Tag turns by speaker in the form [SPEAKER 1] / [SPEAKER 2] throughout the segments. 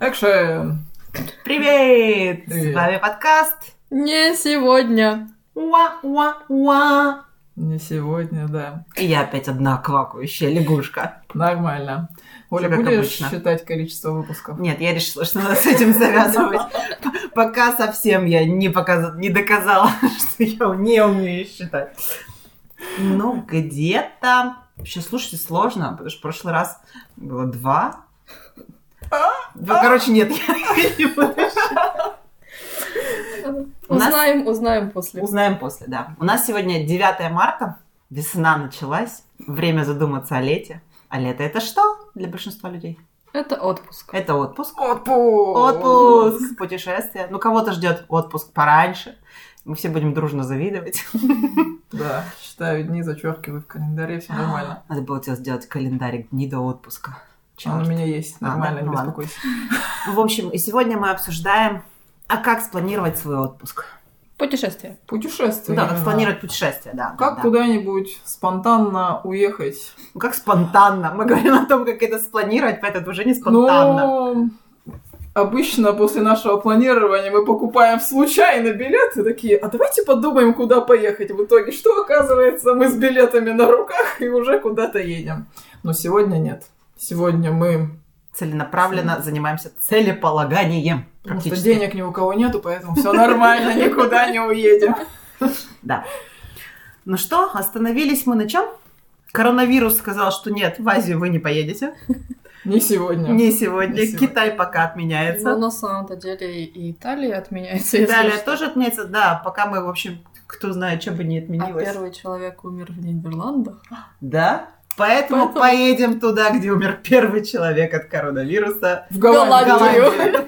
[SPEAKER 1] Экшен!
[SPEAKER 2] Привет!
[SPEAKER 1] Привет.
[SPEAKER 2] С вами подкаст
[SPEAKER 3] Не сегодня.
[SPEAKER 2] Уа-уа-уа.
[SPEAKER 1] Не сегодня, да.
[SPEAKER 2] И я опять одна квакающая лягушка.
[SPEAKER 1] Нормально. Оля,
[SPEAKER 2] Всё как
[SPEAKER 1] будешь
[SPEAKER 2] обычно.
[SPEAKER 1] считать количество выпусков?
[SPEAKER 2] Нет, я решила, что надо с этим завязывать. П- Пока совсем я не, показа- не доказала, что я не умею считать. Ну, где-то... Вообще слушать сложно, потому что в прошлый раз было два. Ну, короче, нет, я не буду У нас-
[SPEAKER 3] Узнаем, узнаем после.
[SPEAKER 2] Узнаем после, да. У нас сегодня 9 марта, весна началась, время задуматься о лете. А лето это что для большинства людей?
[SPEAKER 3] Это отпуск.
[SPEAKER 2] Это отпуск.
[SPEAKER 1] Отпуск!
[SPEAKER 2] Отпуск, путешествие. Ну, кого-то ждет отпуск пораньше. Мы все будем дружно завидовать.
[SPEAKER 1] Да, считаю дни, зачеркиваю в календаре, все нормально.
[SPEAKER 2] Надо было тебе сделать календарик дни до отпуска.
[SPEAKER 1] Он
[SPEAKER 2] Чёрт.
[SPEAKER 1] у меня есть,
[SPEAKER 2] А,
[SPEAKER 1] нормально,
[SPEAKER 2] да,
[SPEAKER 1] не
[SPEAKER 2] ну ладно.
[SPEAKER 1] беспокойся.
[SPEAKER 2] В общем, и сегодня мы обсуждаем, а как спланировать свой отпуск.
[SPEAKER 3] Путешествие.
[SPEAKER 1] Путешествие.
[SPEAKER 2] Ну да, как
[SPEAKER 1] именно.
[SPEAKER 2] спланировать путешествие, да. да,
[SPEAKER 1] Как
[SPEAKER 2] да.
[SPEAKER 1] куда-нибудь спонтанно уехать?
[SPEAKER 2] Ну, Как спонтанно. Мы говорим о том, как это спланировать, поэтому это уже не спонтанно.
[SPEAKER 1] Ну, обычно после нашего планирования мы покупаем случайно билеты, такие, а давайте подумаем, куда поехать. В итоге, что оказывается, мы с билетами на руках и уже куда-то едем. Но сегодня нет. Сегодня мы...
[SPEAKER 2] целенаправленно занимаемся целеполаганием.
[SPEAKER 1] Потому что
[SPEAKER 2] Практически.
[SPEAKER 1] денег ни у кого нету, поэтому все нормально, никуда не уедем.
[SPEAKER 2] Ну что, остановились мы на чем? Коронавирус сказал, что нет, в Азию вы не поедете.
[SPEAKER 1] Не сегодня.
[SPEAKER 2] Не сегодня.
[SPEAKER 1] Не сегодня.
[SPEAKER 2] Китай пока
[SPEAKER 3] Но
[SPEAKER 2] отменяется.
[SPEAKER 3] Ну, на самом-то деле и Италия отменяется. если
[SPEAKER 2] Италия
[SPEAKER 3] что.
[SPEAKER 2] тоже отменяется. Да, пока мы, в общем, кто знает, чем бы не
[SPEAKER 3] А
[SPEAKER 2] отменилось.
[SPEAKER 3] первый человек умер в Нидерландах.
[SPEAKER 2] Да? Поэтому,
[SPEAKER 3] Поэтому-
[SPEAKER 2] поедем туда, где умер первый человек от коронавируса.
[SPEAKER 1] В
[SPEAKER 3] Голландию.
[SPEAKER 1] Голландию.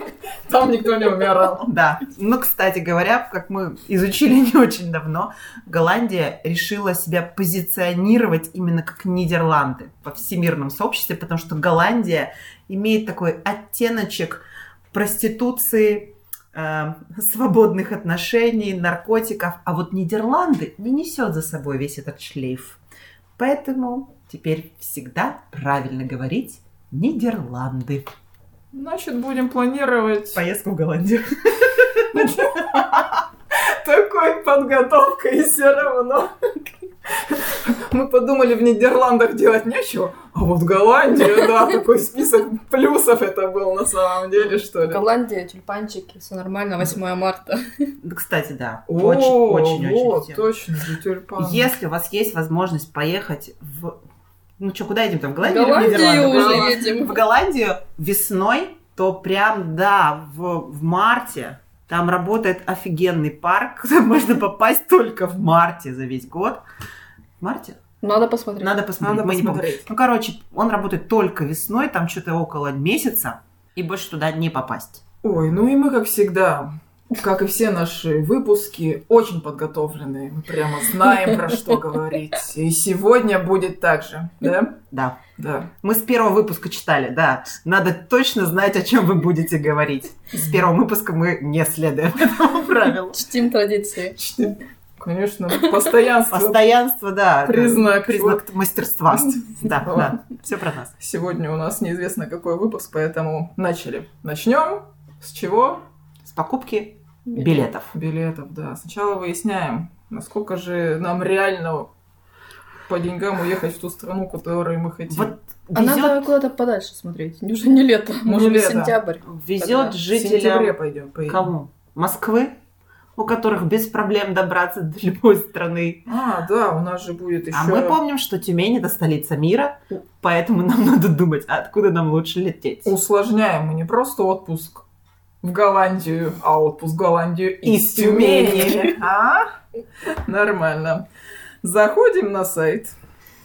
[SPEAKER 1] Там никто не умирал.
[SPEAKER 2] Да. Ну, кстати говоря, как мы изучили не очень давно, Голландия решила себя позиционировать именно как Нидерланды во всемирном сообществе, потому что Голландия имеет такой оттеночек проституции, э, свободных отношений, наркотиков, а вот Нидерланды не несет за собой весь этот шлейф. Поэтому теперь всегда правильно говорить Нидерланды.
[SPEAKER 1] Значит, будем планировать
[SPEAKER 2] Поездку в Голландию.
[SPEAKER 1] Такой подготовка и все равно. Мы подумали, в Нидерландах делать нечего, а вот Голландия, да, такой список плюсов это был на самом деле, что ли.
[SPEAKER 3] Голландия, тюльпанчики, все нормально, 8 марта.
[SPEAKER 2] Да, Кстати, да.
[SPEAKER 1] О, вот,
[SPEAKER 2] Очень-очень-очень.
[SPEAKER 1] точно, за тюльпан.
[SPEAKER 2] Если у вас есть возможность поехать в... Ну что, куда едем там? В
[SPEAKER 3] В
[SPEAKER 2] Голландию или в Нидерланды?
[SPEAKER 3] Голландию уже
[SPEAKER 1] Голланд-
[SPEAKER 2] В
[SPEAKER 3] едем.
[SPEAKER 2] Голландию весной, то прям, да, в, в марте. Там работает офигенный парк, куда можно попасть только в марте за весь год. В марте?
[SPEAKER 3] Надо посмотреть.
[SPEAKER 2] Надо посмотреть,
[SPEAKER 1] Надо
[SPEAKER 2] мы не помним.
[SPEAKER 1] посмотреть.
[SPEAKER 2] Ну, короче, он работает только весной, там что-то около месяца, и больше туда не попасть.
[SPEAKER 1] Ой, ну и мы, как всегда, как и все наши выпуски, очень подготовленные. Мы прямо знаем, про что говорить. И сегодня будет так же, да?
[SPEAKER 2] Да.
[SPEAKER 1] Да.
[SPEAKER 2] Мы с первого выпуска читали, да. Надо точно знать, о чем вы будете говорить. С первого выпуска мы не следуем этому правилу.
[SPEAKER 3] Чтим традиции.
[SPEAKER 1] Конечно, постоянство.
[SPEAKER 2] Постоянство, да. это
[SPEAKER 1] Признак.
[SPEAKER 2] Признак мастерства. Да, да. Все про нас.
[SPEAKER 1] Сегодня у нас неизвестно какой выпуск, поэтому начали. Начнем с чего?
[SPEAKER 2] С покупки билетов.
[SPEAKER 1] Билетов, да. Сначала выясняем, насколько же нам реально по деньгам уехать в ту страну, которую мы хотим.
[SPEAKER 2] Вот
[SPEAKER 3] А
[SPEAKER 2] везет,
[SPEAKER 3] надо куда-то подальше смотреть. Уже не лето.
[SPEAKER 1] Не
[SPEAKER 3] Может быть,
[SPEAKER 1] лето.
[SPEAKER 3] сентябрь. Тогда
[SPEAKER 2] везет
[SPEAKER 3] в
[SPEAKER 1] в сентябре
[SPEAKER 2] жителям
[SPEAKER 1] пойдем,
[SPEAKER 2] кому? Москвы, у которых без проблем добраться до любой страны.
[SPEAKER 1] А, да, у нас же будет еще.
[SPEAKER 2] А мы помним, что Тюмень это столица мира, поэтому нам надо думать, а откуда нам лучше лететь.
[SPEAKER 1] усложняем. Мы не просто отпуск в Голландию, а отпуск в Голландию
[SPEAKER 2] Из
[SPEAKER 1] из Тюмени. А? Нормально. Заходим на сайт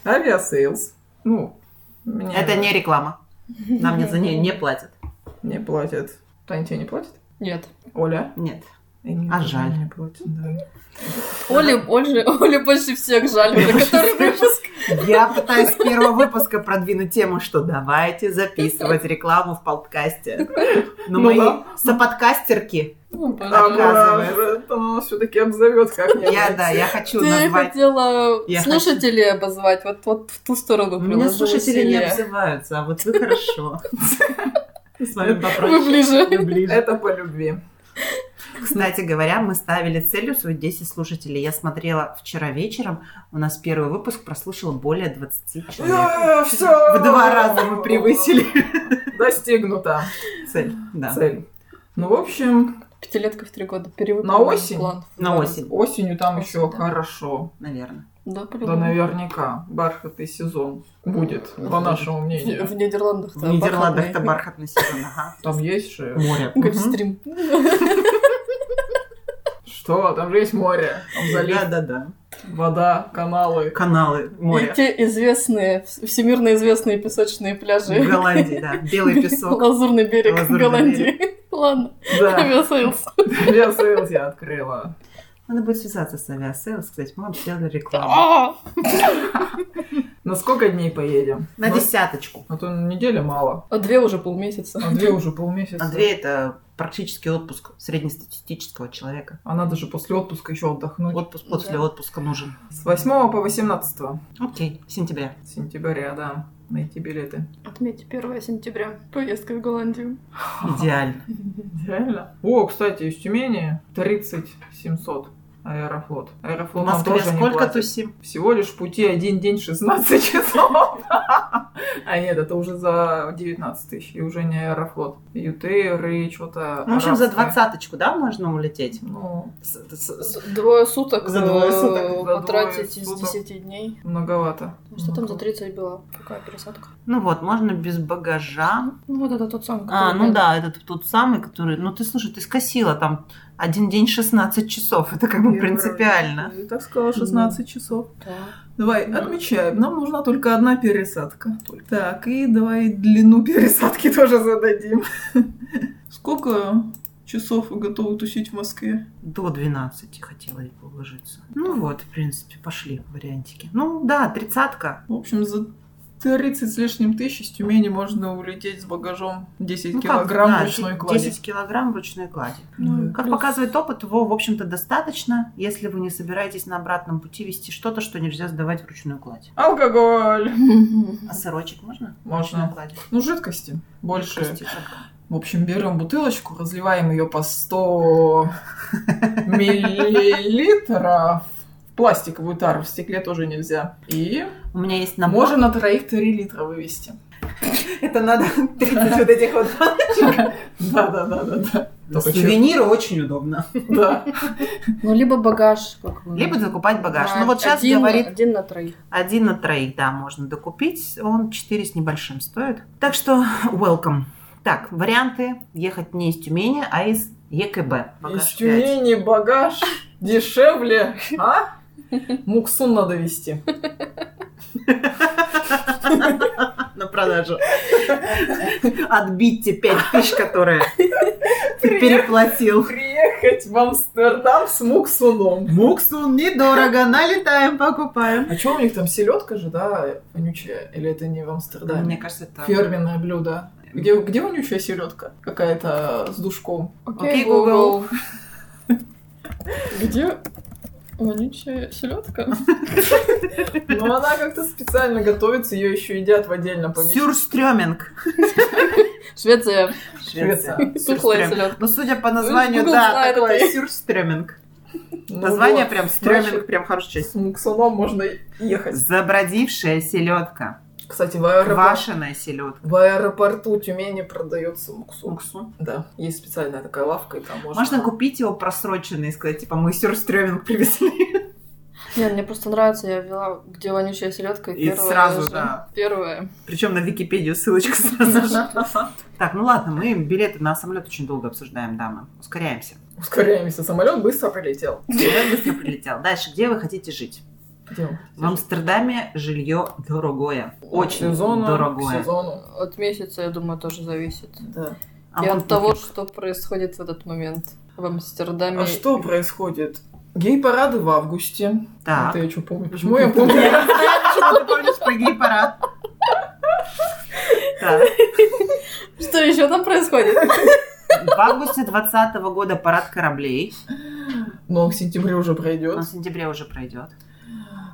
[SPEAKER 1] Aviasales. Ну, мне
[SPEAKER 2] Это не реклама. Нам не за нее не платят.
[SPEAKER 1] не платят. Таня тебе не платит?
[SPEAKER 3] Нет.
[SPEAKER 1] Оля?
[SPEAKER 2] Нет.
[SPEAKER 1] И мне
[SPEAKER 2] А
[SPEAKER 1] тоже
[SPEAKER 2] жаль.
[SPEAKER 1] Не платят, да.
[SPEAKER 3] Оле, Оле, Оле больше всех жаль.
[SPEAKER 2] Больше
[SPEAKER 3] Это который
[SPEAKER 2] всех.
[SPEAKER 3] выпуск.
[SPEAKER 2] Я пытаюсь с первого выпуска продвинуть тему, что давайте записывать рекламу в подкасте.
[SPEAKER 1] Ну
[SPEAKER 2] Но мои
[SPEAKER 1] да.
[SPEAKER 2] соподкастерки,
[SPEAKER 3] О, боже.
[SPEAKER 1] А
[SPEAKER 2] Оказывается.
[SPEAKER 1] может, она нас все-таки обзовет как-нибудь.
[SPEAKER 2] я, да, я хочу
[SPEAKER 3] Ты
[SPEAKER 2] назвать...
[SPEAKER 3] хотела
[SPEAKER 2] Я
[SPEAKER 3] слушателей обозвать, вот, вот в ту сторону
[SPEAKER 2] У меня
[SPEAKER 3] приложила
[SPEAKER 2] слушатели не
[SPEAKER 3] усилия.
[SPEAKER 2] обзываются, а вот вы хорошо.
[SPEAKER 4] С вами
[SPEAKER 3] Вы
[SPEAKER 4] попроще.
[SPEAKER 3] ближе.
[SPEAKER 4] Вы ближе.
[SPEAKER 1] Это по любви.
[SPEAKER 2] Кстати говоря, мы ставили целью своих 10 слушателей. Я смотрела вчера вечером, у нас первый выпуск прослушал более 20 человек.
[SPEAKER 1] А, Все.
[SPEAKER 2] В два раза мы превысили
[SPEAKER 1] Достигнута
[SPEAKER 2] цель. Да.
[SPEAKER 1] цель. Ну, в общем,
[SPEAKER 3] Пятилетка в три года. Перевыполнен
[SPEAKER 1] На осень?
[SPEAKER 3] план.
[SPEAKER 2] На осень,
[SPEAKER 1] осенью там еще
[SPEAKER 3] Да.
[SPEAKER 1] хорошо.
[SPEAKER 2] наверное.
[SPEAKER 3] Да,
[SPEAKER 1] Да,
[SPEAKER 3] по-любому.
[SPEAKER 1] наверняка. Бархатый сезон будет, по нашему
[SPEAKER 3] В в
[SPEAKER 1] мнению.
[SPEAKER 3] Нидерландах-то.
[SPEAKER 2] В Нидерландах-то бархатный
[SPEAKER 3] бархатный.
[SPEAKER 2] сезон, ага.
[SPEAKER 1] Там есть же...
[SPEAKER 2] Море.
[SPEAKER 3] Гольфстрим.
[SPEAKER 1] Что? Там же есть море. Там залив,
[SPEAKER 2] Да-да-да.
[SPEAKER 1] вода, каналы.
[SPEAKER 2] Каналы,
[SPEAKER 3] И
[SPEAKER 2] море.
[SPEAKER 3] те известные, вс- всемирно известные песочные
[SPEAKER 2] В
[SPEAKER 3] пляжи.
[SPEAKER 2] Голландии, да. Белый песок.
[SPEAKER 3] Лазурный берег
[SPEAKER 2] Лазурный
[SPEAKER 3] Голландии. Ладно,
[SPEAKER 1] Да,
[SPEAKER 3] авиасейлс.
[SPEAKER 1] авиасейлс я открыла.
[SPEAKER 2] Надо будет связаться с авиасейлс, кстати, мы вам сделали рекламу.
[SPEAKER 3] А,
[SPEAKER 1] На Ну, сколько дней поедем?
[SPEAKER 2] На
[SPEAKER 1] Ну,
[SPEAKER 2] десяточку.
[SPEAKER 1] А то недели мало.
[SPEAKER 3] А две уже полмесяца.
[SPEAKER 1] А две уже полмесяца.
[SPEAKER 2] А две это практически отпуск среднестатистического человека.
[SPEAKER 1] А надо же после отпуска еще отдохнуть.
[SPEAKER 2] Отпуск после
[SPEAKER 3] Да.
[SPEAKER 2] отпуска нужен.
[SPEAKER 1] С 8 по 18
[SPEAKER 2] Окей, сентября.
[SPEAKER 1] сентября, да, найти билеты.
[SPEAKER 3] Отметьте 1 сентября. Поездка в Голландию.
[SPEAKER 2] Идеально.
[SPEAKER 1] Реально? О, кстати, из Тюмени 3700 Аэрофлот.
[SPEAKER 2] В
[SPEAKER 1] Аэрофлот нам
[SPEAKER 2] Москве
[SPEAKER 1] тоже не
[SPEAKER 2] сколько
[SPEAKER 1] платит.
[SPEAKER 2] тусим?
[SPEAKER 1] Всего лишь в пути один день 16 часов. А нет, это уже за 19 тысяч. И уже не Аэрофлот. Ютейр и что-то
[SPEAKER 2] Ну, в общем, за
[SPEAKER 1] арабское.
[SPEAKER 2] двадцаточку, да, можно улететь?
[SPEAKER 1] Ну,
[SPEAKER 2] С- с- с-
[SPEAKER 3] З- Двое суток
[SPEAKER 2] За Ну двое
[SPEAKER 3] э,
[SPEAKER 2] суток,
[SPEAKER 1] за двое
[SPEAKER 3] потратить из
[SPEAKER 1] суток.
[SPEAKER 3] 10 дней.
[SPEAKER 1] многовато.
[SPEAKER 3] Что там за
[SPEAKER 1] Многовато.
[SPEAKER 3] 30 было? Какая пересадка?
[SPEAKER 2] Ну вот, можно без багажа.
[SPEAKER 3] Ну вот это тот самый.
[SPEAKER 2] А,
[SPEAKER 3] который
[SPEAKER 2] ну
[SPEAKER 3] был.
[SPEAKER 2] да, это тот самый, который... Ну ты, слушай, ты скосила там один день 16 часов. Это как бы
[SPEAKER 1] Я
[SPEAKER 2] принципиально.
[SPEAKER 1] Ты так сказала
[SPEAKER 2] Ну.
[SPEAKER 1] 16 часов.
[SPEAKER 3] Да.
[SPEAKER 1] Давай, отмечаем. Нам нужна только одна пересадка. Так, и давай длину пересадки тоже зададим. Сколько часов вы готовы тусить в Москве?
[SPEAKER 2] До 12 хотела и уложиться. Ну вот, в принципе, пошли вариантики. Ну да, тридцатка.
[SPEAKER 1] В общем, за 30 с лишним тысяч из Тюмени можно улететь с багажом 10
[SPEAKER 2] Ну, как,
[SPEAKER 1] килограмм
[SPEAKER 2] да,
[SPEAKER 1] ручной
[SPEAKER 2] де-
[SPEAKER 1] клади.
[SPEAKER 2] 10 килограмм в ручной клади.
[SPEAKER 1] Ну,
[SPEAKER 2] Как
[SPEAKER 1] плюс-
[SPEAKER 2] показывает опыт, его, в общем-то, достаточно, если вы не собираетесь на обратном пути вести что-то, что нельзя сдавать в ручную кладь.
[SPEAKER 1] Алкоголь.
[SPEAKER 2] А сырочек можно?
[SPEAKER 1] Можно.
[SPEAKER 2] В ручную кладь.
[SPEAKER 1] Ну, жидкости. Больше.
[SPEAKER 2] Кости, жидко.
[SPEAKER 1] В общем, берем бутылочку, разливаем ее по 100 миллилитров. В пластиковую тару, в стекле тоже нельзя. И
[SPEAKER 2] У меня есть набор.
[SPEAKER 1] Можем на троих 3 литра вывести.
[SPEAKER 2] Это надо 30 вот этих вот.
[SPEAKER 1] Да, да, да, да, да. Только чё-
[SPEAKER 2] Сувениры очень удобно.
[SPEAKER 1] Да.
[SPEAKER 3] Ну либо багаж, как вы.
[SPEAKER 2] Либо закупать багаж.
[SPEAKER 3] Да,
[SPEAKER 2] Ну вот сейчас
[SPEAKER 3] один-
[SPEAKER 2] говорит,
[SPEAKER 3] Один на троих.
[SPEAKER 2] один на троих, да, можно докупить. Он 4 с небольшим стоит. Так что welcome. Так, варианты ехать не из Тюмени, а из ЕКБ.
[SPEAKER 1] Из
[SPEAKER 2] Багаж пять.
[SPEAKER 1] Тюмени багаж дешевле, а? Муксун надо вести.
[SPEAKER 2] на продажу. Отбить те пять тысяч, которые ты переплатил.
[SPEAKER 1] Приехать в Амстердам с муксуном.
[SPEAKER 2] Муксун недорого, налетаем, покупаем.
[SPEAKER 1] А что у них там, селедка же, да, вонючая? Или это не в
[SPEAKER 2] Мне
[SPEAKER 1] Амстердаме?
[SPEAKER 2] кажется, это...
[SPEAKER 1] Ферменное блюдо. Где, где вонючая селедка? Какая-то с душком.
[SPEAKER 2] Окей, Google.
[SPEAKER 3] Где вонючая селедка?
[SPEAKER 1] Но Ну, она как-то специально готовится, ее еще едят в отдельном помещении.
[SPEAKER 2] Сюрстрёминг.
[SPEAKER 3] Швеция.
[SPEAKER 1] Швеция.
[SPEAKER 3] Тухлая
[SPEAKER 2] Сюрстрём.
[SPEAKER 3] селедка.
[SPEAKER 2] Ну, судя по названию,
[SPEAKER 3] Google
[SPEAKER 2] да,
[SPEAKER 3] знает
[SPEAKER 2] такое
[SPEAKER 3] это.
[SPEAKER 2] сюрстрёминг.
[SPEAKER 1] Ну
[SPEAKER 2] Название
[SPEAKER 1] вот,
[SPEAKER 2] прям
[SPEAKER 1] значит,
[SPEAKER 2] стрёминг, прям хорошая
[SPEAKER 1] С
[SPEAKER 2] часть.
[SPEAKER 1] муксуном можно ехать.
[SPEAKER 2] Забродившая селедка.
[SPEAKER 1] Кстати, в аэропорту,
[SPEAKER 2] Квашеная селедка.
[SPEAKER 1] в аэропорту Тюмени продается муксун.
[SPEAKER 2] Уксу.
[SPEAKER 1] Да, есть специальная такая лавка, и там можно...
[SPEAKER 2] Можно купить его просроченный и сказать, типа, мы сюрстрёминг привезли.
[SPEAKER 3] Не, мне просто нравится, я ввела, где вонючая селедка.
[SPEAKER 2] И сразу, да.
[SPEAKER 3] Первое.
[SPEAKER 2] Причем на Википедию ссылочка сразу же. Так, ну ладно, мы билеты на самолет очень долго обсуждаем, дамы. Ускоряемся.
[SPEAKER 1] Ускоряемся, самолет быстро прилетел.
[SPEAKER 2] Самолет быстро прилетел. Дальше, где вы хотите жить?
[SPEAKER 1] Идем.
[SPEAKER 2] В Амстердаме жилье дорогое. Очень
[SPEAKER 1] сезону, К
[SPEAKER 2] дорогое.
[SPEAKER 1] сезону.
[SPEAKER 3] От месяца, я думаю, тоже зависит.
[SPEAKER 1] Да.
[SPEAKER 2] А
[SPEAKER 3] И
[SPEAKER 2] вон
[SPEAKER 3] от того,
[SPEAKER 2] пофиг.
[SPEAKER 3] что происходит в этот момент в Амстердаме.
[SPEAKER 1] А что происходит? Гей-парады в августе.
[SPEAKER 2] Так.
[SPEAKER 1] Это я что помню? Почему я помню?
[SPEAKER 2] Я не знаю, почему ты помнишь про гей-парад. Так.
[SPEAKER 3] Что еще там происходит?
[SPEAKER 2] В августе 2020 года парад кораблей.
[SPEAKER 1] Но Ну, он в сентябре уже
[SPEAKER 2] Он в
[SPEAKER 1] пройдет.
[SPEAKER 2] сентябре уже пройдет.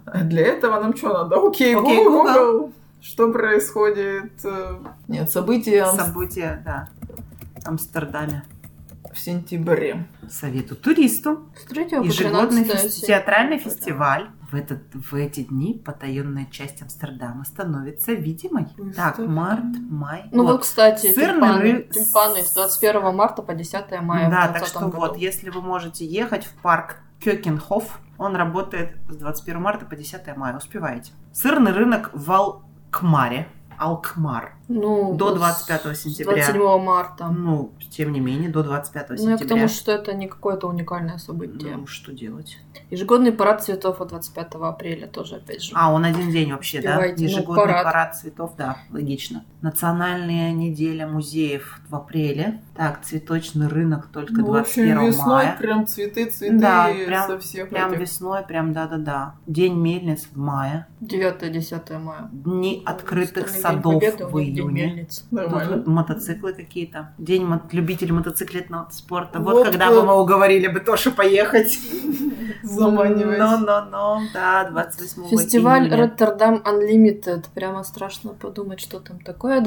[SPEAKER 1] А Для этого нам что надо? Окей,
[SPEAKER 2] Окей,
[SPEAKER 1] Google.
[SPEAKER 2] Google.
[SPEAKER 1] Что происходит? э, Нет, события Амс-
[SPEAKER 2] События, да, в Амстердаме.
[SPEAKER 1] в сентябре.
[SPEAKER 2] Советую туристу.
[SPEAKER 3] С 3 Ну, по
[SPEAKER 2] Ежегодный
[SPEAKER 3] 13
[SPEAKER 2] фес- театральный фестиваль. В, этот, в эти дни потаенная часть Амстердама становится видимой.
[SPEAKER 1] Пусть
[SPEAKER 2] Так,
[SPEAKER 1] так.
[SPEAKER 2] март, май.
[SPEAKER 3] Ну вот,
[SPEAKER 2] вот.
[SPEAKER 3] кстати,
[SPEAKER 2] Сырный
[SPEAKER 3] тюльпаны.
[SPEAKER 2] ры-
[SPEAKER 3] Тюльпаны с 21 марта по 10 мая.
[SPEAKER 2] да,
[SPEAKER 3] в
[SPEAKER 2] так
[SPEAKER 3] 20
[SPEAKER 2] что
[SPEAKER 3] году.
[SPEAKER 2] вот, если вы можете ехать в парк Кёкенхоф, он работает с 21 марта по 10 мая, успеваете. Сырный рынок в Алкмаре. Алкмар.
[SPEAKER 3] Ну,
[SPEAKER 2] До
[SPEAKER 3] вот
[SPEAKER 2] 25
[SPEAKER 3] с
[SPEAKER 2] сентября.
[SPEAKER 3] 27 марта.
[SPEAKER 2] Ну, тем не менее, до 25
[SPEAKER 3] Ну, я к тому,
[SPEAKER 2] сентября.
[SPEAKER 3] что это не какое-то уникальное событие.
[SPEAKER 2] Ну, что делать?
[SPEAKER 3] Ежегодный парад цветов от 25 апреля тоже, опять же.
[SPEAKER 2] А, он один день вообще, да?
[SPEAKER 3] Успевайте, ну,
[SPEAKER 2] Ежегодный парад.
[SPEAKER 3] парад.
[SPEAKER 2] цветов, да, логично. Национальная неделя музеев в апреле. Так, цветочный рынок только
[SPEAKER 1] Ну, в общем,
[SPEAKER 2] 21
[SPEAKER 1] весной
[SPEAKER 2] мая.
[SPEAKER 1] прям цветы, цветы
[SPEAKER 2] Да, прям-
[SPEAKER 1] со всех
[SPEAKER 2] Прям
[SPEAKER 1] этих.
[SPEAKER 2] весной, прям да-да-да. День мельниц в мае.
[SPEAKER 3] 9-10 мая.
[SPEAKER 2] Дни открытых
[SPEAKER 3] Страны Ну, День
[SPEAKER 2] садов
[SPEAKER 3] Победы,
[SPEAKER 2] в
[SPEAKER 3] у них День
[SPEAKER 2] июне.
[SPEAKER 3] мельниц.
[SPEAKER 2] Тут
[SPEAKER 1] Нормально.
[SPEAKER 2] вот мотоциклы какие-то. День мот- любителей мотоциклетного спорта.
[SPEAKER 3] Ну
[SPEAKER 2] Вот,
[SPEAKER 1] Вот
[SPEAKER 2] когда
[SPEAKER 1] бы.
[SPEAKER 2] бы мы уговорили бы Тоше поехать. Ну,
[SPEAKER 1] Заманивать.
[SPEAKER 2] Но-но-но, да, 28
[SPEAKER 3] Фестиваль
[SPEAKER 2] июня.
[SPEAKER 3] Роттердам Unlimited. Прямо страшно подумать, что там такое.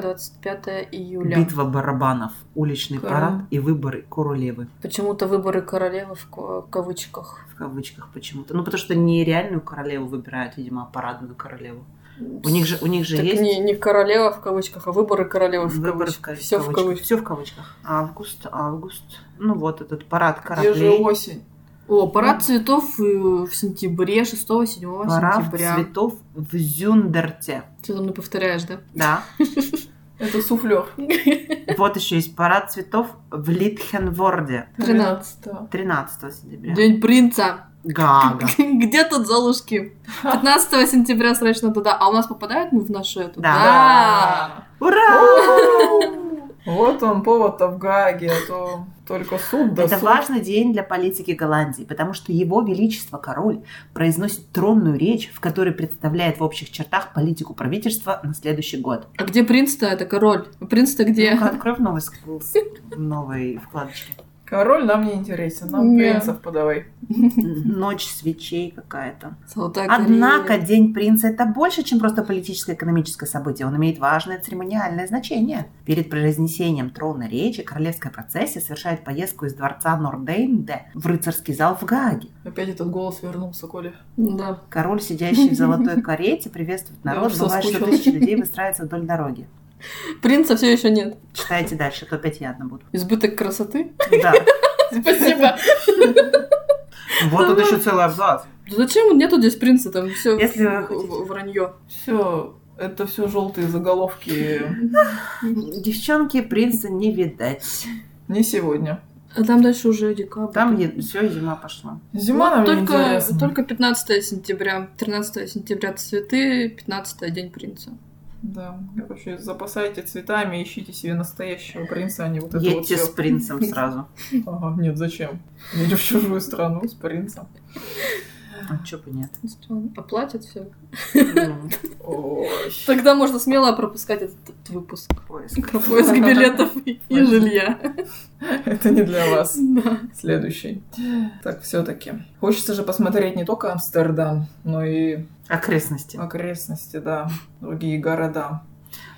[SPEAKER 3] 21-25 июля.
[SPEAKER 2] Битва барабанов, уличный
[SPEAKER 1] Король.
[SPEAKER 2] парад и выборы королевы.
[SPEAKER 3] Почему-то выборы королевы в ко- кавычках.
[SPEAKER 2] В кавычках почему-то. Ну, потому что не реальную королеву выбирают, видимо, а парадную королеву. У них же, у них же
[SPEAKER 3] Так
[SPEAKER 2] есть...
[SPEAKER 3] не, не королева в кавычках, а выборы королевы в
[SPEAKER 2] выборы в
[SPEAKER 3] кавычках.
[SPEAKER 2] ка-
[SPEAKER 3] Все в кавычках.
[SPEAKER 2] Всё в кавычках. Август, август. Ну вот этот парад
[SPEAKER 1] Где же
[SPEAKER 2] кораблей.
[SPEAKER 1] осень?
[SPEAKER 3] О, парад цветов э, в сентябре, 6-7
[SPEAKER 2] Парад
[SPEAKER 3] сентября.
[SPEAKER 2] цветов в Зюндерте.
[SPEAKER 3] Ты там не повторяешь, да?
[SPEAKER 2] Да.
[SPEAKER 1] Это суфлер.
[SPEAKER 2] Вот еще есть парад цветов в Литхенворде.
[SPEAKER 3] 13.
[SPEAKER 2] 13 сентября.
[SPEAKER 3] День принца.
[SPEAKER 2] Гага.
[SPEAKER 3] Где тут Золушки? 15 сентября срочно туда. А у нас попадают мы в нашу эту?
[SPEAKER 2] Да.
[SPEAKER 3] Да.
[SPEAKER 2] Ура!
[SPEAKER 1] О, Вот он, повод-то в Гааге, а то только суд да
[SPEAKER 2] Это
[SPEAKER 1] суд.
[SPEAKER 2] важный день для политики Голландии, потому что его величество король произносит тронную речь, в которой представляет в общих чертах политику правительства на следующий год.
[SPEAKER 3] А где принц-то? Это король. А Принц-то где?
[SPEAKER 2] Ну-ка, открой в новой, ск- с- в новой вкладочке.
[SPEAKER 1] Король нам не интересен, нам
[SPEAKER 3] Не.
[SPEAKER 1] принцев подавай.
[SPEAKER 2] Ночь свечей какая-то.
[SPEAKER 3] Золотая
[SPEAKER 2] Однако
[SPEAKER 3] Корея.
[SPEAKER 2] День принца это больше, чем просто политическое и экономическое событие. Он имеет важное церемониальное значение. Перед произнесением тронной речи королевская процессия совершает поездку из дворца Нордейнде в рыцарский зал в Гааге.
[SPEAKER 1] Опять этот голос вернулся, Коля.
[SPEAKER 3] Да.
[SPEAKER 2] Король, сидящий в золотой карете, приветствует
[SPEAKER 1] Я
[SPEAKER 2] народ.
[SPEAKER 1] уж
[SPEAKER 2] Бывает, что
[SPEAKER 1] соскучилась.
[SPEAKER 2] тысячи людей выстраиваются вдоль дороги.
[SPEAKER 3] Принца все еще нет.
[SPEAKER 2] Читайте дальше, а то опять я одна буду.
[SPEAKER 3] Избыток красоты.
[SPEAKER 2] Да.
[SPEAKER 3] Спасибо.
[SPEAKER 2] Вот тут еще целый абзац.
[SPEAKER 3] Зачем нету здесь принца? Там все
[SPEAKER 2] Если вы хотите.
[SPEAKER 3] вранье.
[SPEAKER 1] Все, это все желтые заголовки.
[SPEAKER 2] Девчонки, принца не видать.
[SPEAKER 1] Не сегодня.
[SPEAKER 3] А там дальше уже декабрь.
[SPEAKER 2] Там все, зима пошла.
[SPEAKER 1] Зима
[SPEAKER 3] Ну,
[SPEAKER 1] нам не
[SPEAKER 3] только,
[SPEAKER 1] интересна.
[SPEAKER 3] только 15 сентября, 13 сентября цветы, 15 день принца.
[SPEAKER 1] Да, короче, запасайте цветами, ищите себе настоящего принца, а не вот это вот
[SPEAKER 2] Едьте
[SPEAKER 1] всё.
[SPEAKER 2] с принцем сразу.
[SPEAKER 1] Ага, нет, зачем? Едешь в чужую страну с принцем.
[SPEAKER 2] А чё бы нет?
[SPEAKER 3] Оплатят все.
[SPEAKER 2] Ну,
[SPEAKER 1] Ой.
[SPEAKER 3] Тогда можно смело пропускать этот, этот выпуск.
[SPEAKER 2] поиск.
[SPEAKER 3] Про поиск билетов и и жилья.
[SPEAKER 1] Это не для вас.
[SPEAKER 3] Да.
[SPEAKER 1] Следующий. Так, все-таки. Хочется же посмотреть не только Амстердам, но и
[SPEAKER 2] Окрестности.
[SPEAKER 1] окрестности, да, другие города.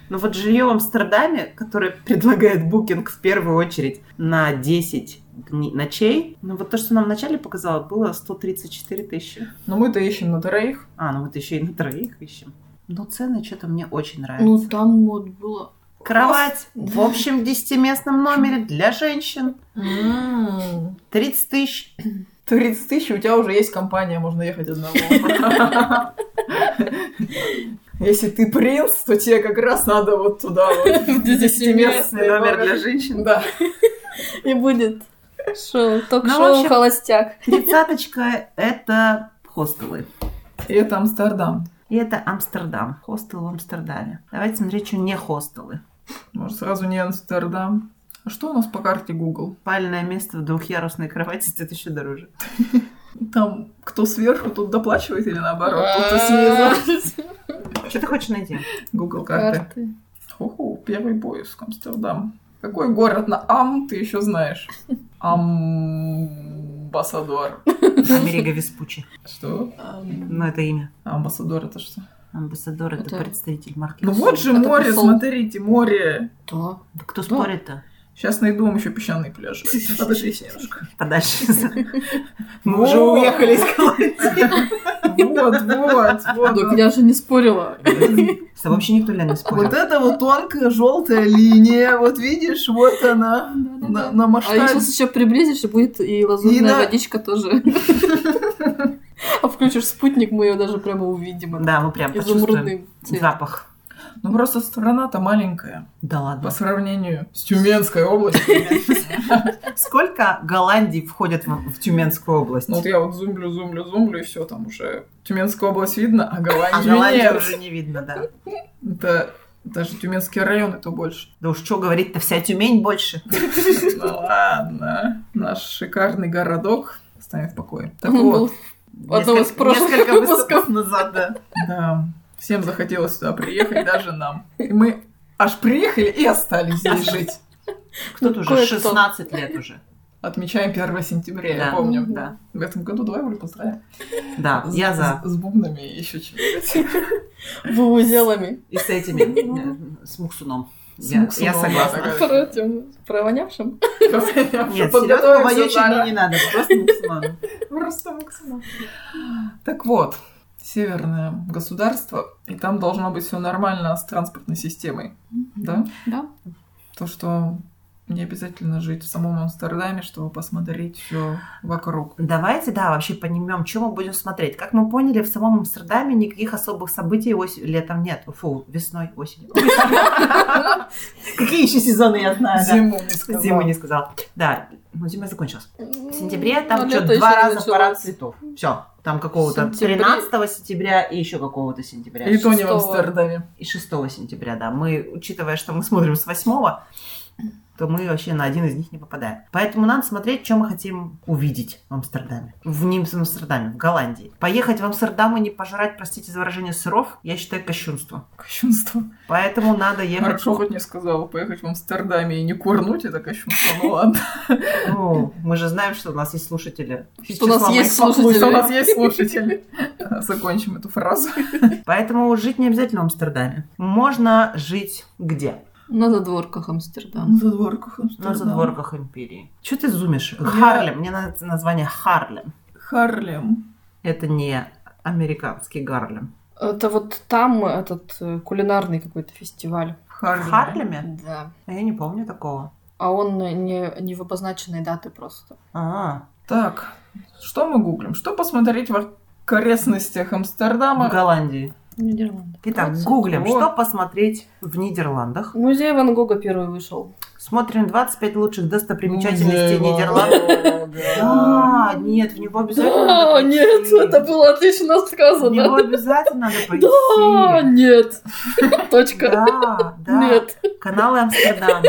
[SPEAKER 2] Ну вот жилье в Амстердаме, которое предлагает Букинг в первую очередь на 10 дней- ночей, ну вот то, что нам вначале показало, было 134 тысячи.
[SPEAKER 1] Но мы-то ищем на троих.
[SPEAKER 2] А, ну вот еще и на троих ищем. Но цены что-то мне очень нравятся.
[SPEAKER 3] Ну там вот было.
[SPEAKER 2] Кровать в
[SPEAKER 3] Да.
[SPEAKER 2] общем 10-местном номере для женщин.
[SPEAKER 1] 30
[SPEAKER 2] 30 тысяч.
[SPEAKER 1] тысяч, у тебя уже есть компания, можно ехать одного. Если ты принц, то тебе как раз надо вот туда вот.
[SPEAKER 3] В 10-местный
[SPEAKER 2] номер для женщин.
[SPEAKER 1] Да.
[SPEAKER 3] И будет шоу,
[SPEAKER 2] Ну, в
[SPEAKER 3] ток-шоу
[SPEAKER 2] общем-
[SPEAKER 3] «Холостяк».
[SPEAKER 2] Тридцаточка – это хостелы.
[SPEAKER 1] И это Амстердам.
[SPEAKER 2] И это Амстердам. Хостел в Амстердаме. Давайте смотреть, что не хостелы.
[SPEAKER 1] Может, сразу не Амстердам. А что у нас по карте Google?
[SPEAKER 2] Спальное место в двухъярусной кровати стоит еще дороже.
[SPEAKER 1] Там кто сверху, тот доплачивает или наоборот, кто снизу.
[SPEAKER 2] Что ты хочешь найти?
[SPEAKER 1] Google карты.
[SPEAKER 3] Карты.
[SPEAKER 1] Ху-ху, первый поиск Амстердам. Какой город на Ам ты еще знаешь? Амбассадор.
[SPEAKER 2] Америка Веспучи.
[SPEAKER 1] Что?
[SPEAKER 2] Ну, это имя.
[SPEAKER 1] А Амбассадор это что?
[SPEAKER 2] Амбассадор это,
[SPEAKER 3] Это-
[SPEAKER 2] представитель марки.
[SPEAKER 1] Ну вот же
[SPEAKER 3] Это
[SPEAKER 1] море,
[SPEAKER 3] посол.
[SPEAKER 1] смотрите, море.
[SPEAKER 3] Да.
[SPEAKER 2] Да Кто спорит-то?
[SPEAKER 1] Сейчас найду вам еще песчаные пляжи. Подождите немножко.
[SPEAKER 2] Подальше. Мы уже уехали из Голландии.
[SPEAKER 1] Вот, вот, вот.
[SPEAKER 3] Так я же не спорила.
[SPEAKER 2] С тобой вообще никто, Лена, не спорит.
[SPEAKER 1] Вот это вот тонкая желтая линия, вот видишь, вот она на,
[SPEAKER 3] Да-да-да.
[SPEAKER 1] на
[SPEAKER 3] А я
[SPEAKER 1] масштабе.
[SPEAKER 3] сейчас еще приблизишь, и будет и лазурная
[SPEAKER 1] И на-
[SPEAKER 3] водичка тоже. А включишь спутник, мы ее даже прямо увидим. Она
[SPEAKER 2] Да, мы прям почувствуем
[SPEAKER 3] Изумрудный цвет.
[SPEAKER 2] запах.
[SPEAKER 1] Ну просто страна-то маленькая
[SPEAKER 2] Да ладно.
[SPEAKER 1] по сравнению с Тюменской областью.
[SPEAKER 2] Сколько Голландий входит в, в Тюменскую область?
[SPEAKER 1] Ну вот я вот зумблю, зумблю, зумблю, и все там уже. Тюменская область видно, а
[SPEAKER 2] а
[SPEAKER 1] Голландию
[SPEAKER 2] Голландию
[SPEAKER 1] нет.
[SPEAKER 2] уже не видно, да.
[SPEAKER 1] Это даже Тюменский район, это больше.
[SPEAKER 2] Да уж что говорить-то, вся Тюмень больше.
[SPEAKER 1] Ну ладно. Наш шикарный городок. Оставим в покое. Так
[SPEAKER 3] Он был
[SPEAKER 1] вот,
[SPEAKER 3] в одном из
[SPEAKER 2] Несколько-
[SPEAKER 3] прошлых
[SPEAKER 2] несколько
[SPEAKER 3] выпусков.
[SPEAKER 2] выпусков назад, да.
[SPEAKER 1] да. Всем захотелось сюда приехать, даже нам. И мы аж приехали и остались здесь жить.
[SPEAKER 2] Кто-то уже
[SPEAKER 3] Кое-кто.
[SPEAKER 2] 16 лет уже.
[SPEAKER 1] Отмечаем 1 сентября, я
[SPEAKER 2] Да.
[SPEAKER 1] помню.
[SPEAKER 2] Да.
[SPEAKER 1] В этом году давай Олю поздравим.
[SPEAKER 2] Да,
[SPEAKER 1] С-
[SPEAKER 2] я за.
[SPEAKER 1] С, с бубнами и еще чем-нибудь.
[SPEAKER 3] Вузелами.
[SPEAKER 2] И с этими, э, с Муксуном.
[SPEAKER 1] С
[SPEAKER 2] Я,
[SPEAKER 1] Муксуном,
[SPEAKER 2] я
[SPEAKER 1] да,
[SPEAKER 2] согласна.
[SPEAKER 1] такая.
[SPEAKER 3] Провонявшим.
[SPEAKER 2] Нет, Серёга
[SPEAKER 1] Подготовимся
[SPEAKER 2] Вовоючи
[SPEAKER 1] заранее.
[SPEAKER 2] мне не надо, просто Муксуном.
[SPEAKER 1] Просто максимум. Так вот, северное государство, и там должно быть все нормально с транспортной системой, да?
[SPEAKER 3] Да.
[SPEAKER 1] То, что не обязательно жить в самом Амстердаме, чтобы посмотреть все вокруг.
[SPEAKER 2] Давайте, да, вообще понимем, что мы будем смотреть. Как мы поняли, в самом Амстердаме никаких особых событий ось- летом нет. Фу, весной, осенью. Какие еще сезоны я знаю? да?
[SPEAKER 1] Зиму не А, сказала.
[SPEAKER 2] Зиму не сказала. Да, ну зима закончилась.
[SPEAKER 3] В
[SPEAKER 2] В сентябре
[SPEAKER 3] ну,
[SPEAKER 2] там что, два раза парад цветов. Все, там какого-то
[SPEAKER 3] В сентябре.
[SPEAKER 2] 13 сентября и еще какого-то сентября.
[SPEAKER 1] И то не в
[SPEAKER 3] Шестого.
[SPEAKER 1] Амстердаме.
[SPEAKER 2] И 6 сентября, да. Мы, учитывая, что мы смотрим с 8 то мы вообще на один из них не попадаем. Поэтому надо смотреть, что мы хотим увидеть в Амстердаме. В ним в Амстердаме, в Голландии. Поехать в Амстердам и не пожрать, простите за выражение, сыров, я считаю кощунство.
[SPEAKER 1] Кощунство.
[SPEAKER 2] Поэтому надо ехать...
[SPEAKER 1] Хорошо, хоть не сказала, поехать в Амстердаме и не курнуть, это кощунство, ну ладно.
[SPEAKER 2] Ну, мы же знаем, что у нас есть слушатели. из
[SPEAKER 3] Что у нас
[SPEAKER 2] числа
[SPEAKER 3] есть
[SPEAKER 2] моих
[SPEAKER 3] слушатели.
[SPEAKER 1] Что у нас есть слушатели. Закончим эту фразу.
[SPEAKER 2] Поэтому жить не обязательно в Амстердаме. Можно жить где?
[SPEAKER 3] На задворках Амстердама.
[SPEAKER 1] На задворках Амстердама.
[SPEAKER 2] На задворках империи. Что ты зумишь? Харлем. Мне нравится название Харлем.
[SPEAKER 1] Харлем.
[SPEAKER 2] Это не американский Гарлем.
[SPEAKER 3] Это вот там этот э, кулинарный какой-то фестиваль.
[SPEAKER 1] В
[SPEAKER 2] В
[SPEAKER 1] Харлеме.
[SPEAKER 2] Харлеме?
[SPEAKER 3] Да.
[SPEAKER 2] А Я не помню такого.
[SPEAKER 3] А он не, не в обозначенной даты просто.
[SPEAKER 2] А,
[SPEAKER 1] Так, что мы гуглим? Что посмотреть в окрестностях
[SPEAKER 3] А
[SPEAKER 2] в
[SPEAKER 1] Амстердама?
[SPEAKER 2] Голландии.
[SPEAKER 3] Нидерланды.
[SPEAKER 2] Итак,
[SPEAKER 3] Двадцать.
[SPEAKER 2] гуглим,
[SPEAKER 1] вот.
[SPEAKER 2] что посмотреть в Нидерландах.
[SPEAKER 3] Музей Ван Гога первый вышел.
[SPEAKER 2] Смотрим 25 лучших достопримечательностей Нидерландов.
[SPEAKER 1] Нидерландов.
[SPEAKER 2] А, нет, в него обязательно
[SPEAKER 3] Да,
[SPEAKER 2] надо
[SPEAKER 3] А, нет,
[SPEAKER 2] пойти.
[SPEAKER 3] это было отлично
[SPEAKER 2] В него
[SPEAKER 3] сказано.
[SPEAKER 2] обязательно надо пойти.
[SPEAKER 3] Да, нет. Точка.
[SPEAKER 2] Да, да.
[SPEAKER 3] Нет.
[SPEAKER 2] Каналы Амстердама.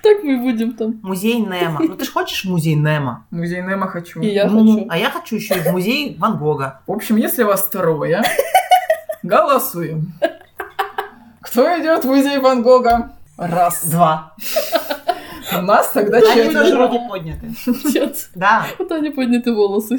[SPEAKER 3] Так мы будем там.
[SPEAKER 2] Музей Немо. Ну ты ж хочешь музей Немо?
[SPEAKER 1] Музей Немо хочу.
[SPEAKER 3] И я
[SPEAKER 2] Ну,
[SPEAKER 3] хочу.
[SPEAKER 2] А я хочу еще и в музей Ван Гога.
[SPEAKER 1] В общем, если вас трое, голосуем. Кто идет в музей Ван Гога? Раз.
[SPEAKER 2] Два.
[SPEAKER 1] У нас тогда
[SPEAKER 2] Они тоже
[SPEAKER 1] четверо.
[SPEAKER 2] руки подняты.
[SPEAKER 3] Нет.
[SPEAKER 2] Да.
[SPEAKER 3] Вот они подняты волосы.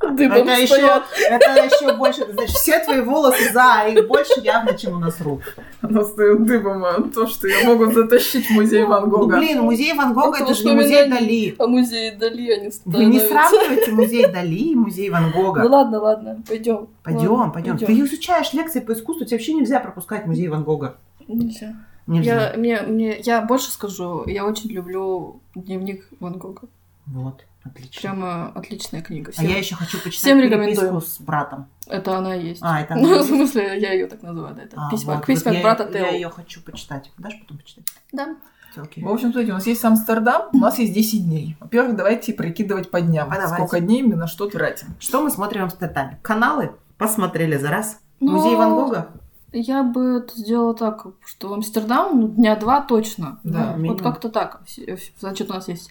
[SPEAKER 3] Дыбом
[SPEAKER 2] Это еще,
[SPEAKER 3] стоят.
[SPEAKER 2] это еще больше. Ты знаешь, все твои волосы за, а их больше явно, чем у нас рук.
[SPEAKER 1] У нас стоит дыбом а, то, что ее могут затащить в музей Ван
[SPEAKER 2] Ну,
[SPEAKER 1] Гога.
[SPEAKER 2] блин, музей Ван Гога это
[SPEAKER 3] Потому
[SPEAKER 2] же
[SPEAKER 3] что
[SPEAKER 2] не
[SPEAKER 3] меня
[SPEAKER 2] музей
[SPEAKER 3] не-
[SPEAKER 2] Дали.
[SPEAKER 3] А музей Дали они
[SPEAKER 2] Вы не
[SPEAKER 3] становятся.
[SPEAKER 2] сравнивайте музей Дали и музей Ван
[SPEAKER 3] Ну
[SPEAKER 2] Гога.
[SPEAKER 3] ладно, ладно, пойдем.
[SPEAKER 2] Пойдем, пойдем. Ты изучаешь лекции по искусству, тебе вообще нельзя пропускать музей Ван Гога.
[SPEAKER 3] Нельзя.
[SPEAKER 2] Нельзя.
[SPEAKER 3] Я, мне, мне, я больше скажу, я очень люблю дневник Ван Гога.
[SPEAKER 2] Вот, отлично.
[SPEAKER 3] Прямо отличная книга.
[SPEAKER 2] А
[SPEAKER 3] Всем-
[SPEAKER 2] я еще хочу почитать
[SPEAKER 3] всем
[SPEAKER 2] переписку
[SPEAKER 3] рекомендую.
[SPEAKER 2] с братом.
[SPEAKER 3] Это она и есть.
[SPEAKER 2] А, это она
[SPEAKER 3] Ну,
[SPEAKER 2] и
[SPEAKER 3] в
[SPEAKER 2] есть?
[SPEAKER 3] смысле, я ее так называю, да. Это
[SPEAKER 2] А,
[SPEAKER 3] письма,
[SPEAKER 2] вот, вот
[SPEAKER 3] письма к
[SPEAKER 2] я-
[SPEAKER 3] брата
[SPEAKER 2] Я
[SPEAKER 3] Тео.
[SPEAKER 2] ее хочу почитать. Дашь потом почитать?
[SPEAKER 3] Да.
[SPEAKER 2] Всё, окей.
[SPEAKER 1] В общем, смотрите, у нас есть Амстердам, у нас есть 10 дней. Во-первых, давайте прикидывать по дням.
[SPEAKER 2] А давайте.
[SPEAKER 1] Сколько дней мы на что тратим.
[SPEAKER 2] Что мы смотрим в Амстердаме? Каналы? Посмотрели за раз.
[SPEAKER 3] Ну,
[SPEAKER 2] Музей Ван Гога?
[SPEAKER 3] Я бы это сделала так, что в Амстердам ну, дня два точно.
[SPEAKER 1] Да,
[SPEAKER 2] минимум.
[SPEAKER 3] Вот как-то так. Все- Значит, у нас есть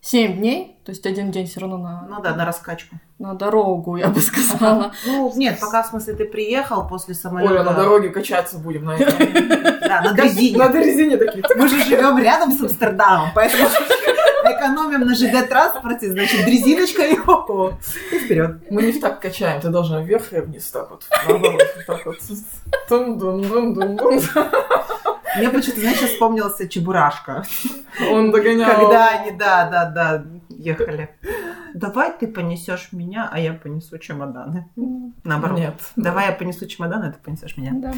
[SPEAKER 3] семь дней, то есть один день все равно на,
[SPEAKER 2] Ну да, на раскачку.
[SPEAKER 3] на дорогу, я бы сказала.
[SPEAKER 2] Ну, нет, пока, в смысле, ты приехал после самолета.
[SPEAKER 1] Оля, а на дороге качаться будем на этом.
[SPEAKER 2] Да, на дрезине.
[SPEAKER 1] На резине такие.
[SPEAKER 2] Мы же живем рядом с Амстердамом, поэтому экономим на ЖД-транспорте, значит, дрезиночка и хо И вперед.
[SPEAKER 1] Мы не так качаем, ты должна вверх и вниз так вот. Наоборот, вот так вот. тум дум дум дум дум
[SPEAKER 2] Мне почему-то, знаешь, сейчас вспомнился Чебурашка.
[SPEAKER 1] Он догонял.
[SPEAKER 2] Когда они, да, да, да, ехали. Давай ты понесешь меня, а я понесу чемоданы. Наоборот.
[SPEAKER 1] Нет.
[SPEAKER 2] Давай я понесу чемоданы, а ты понесешь меня.
[SPEAKER 3] Ну, Да.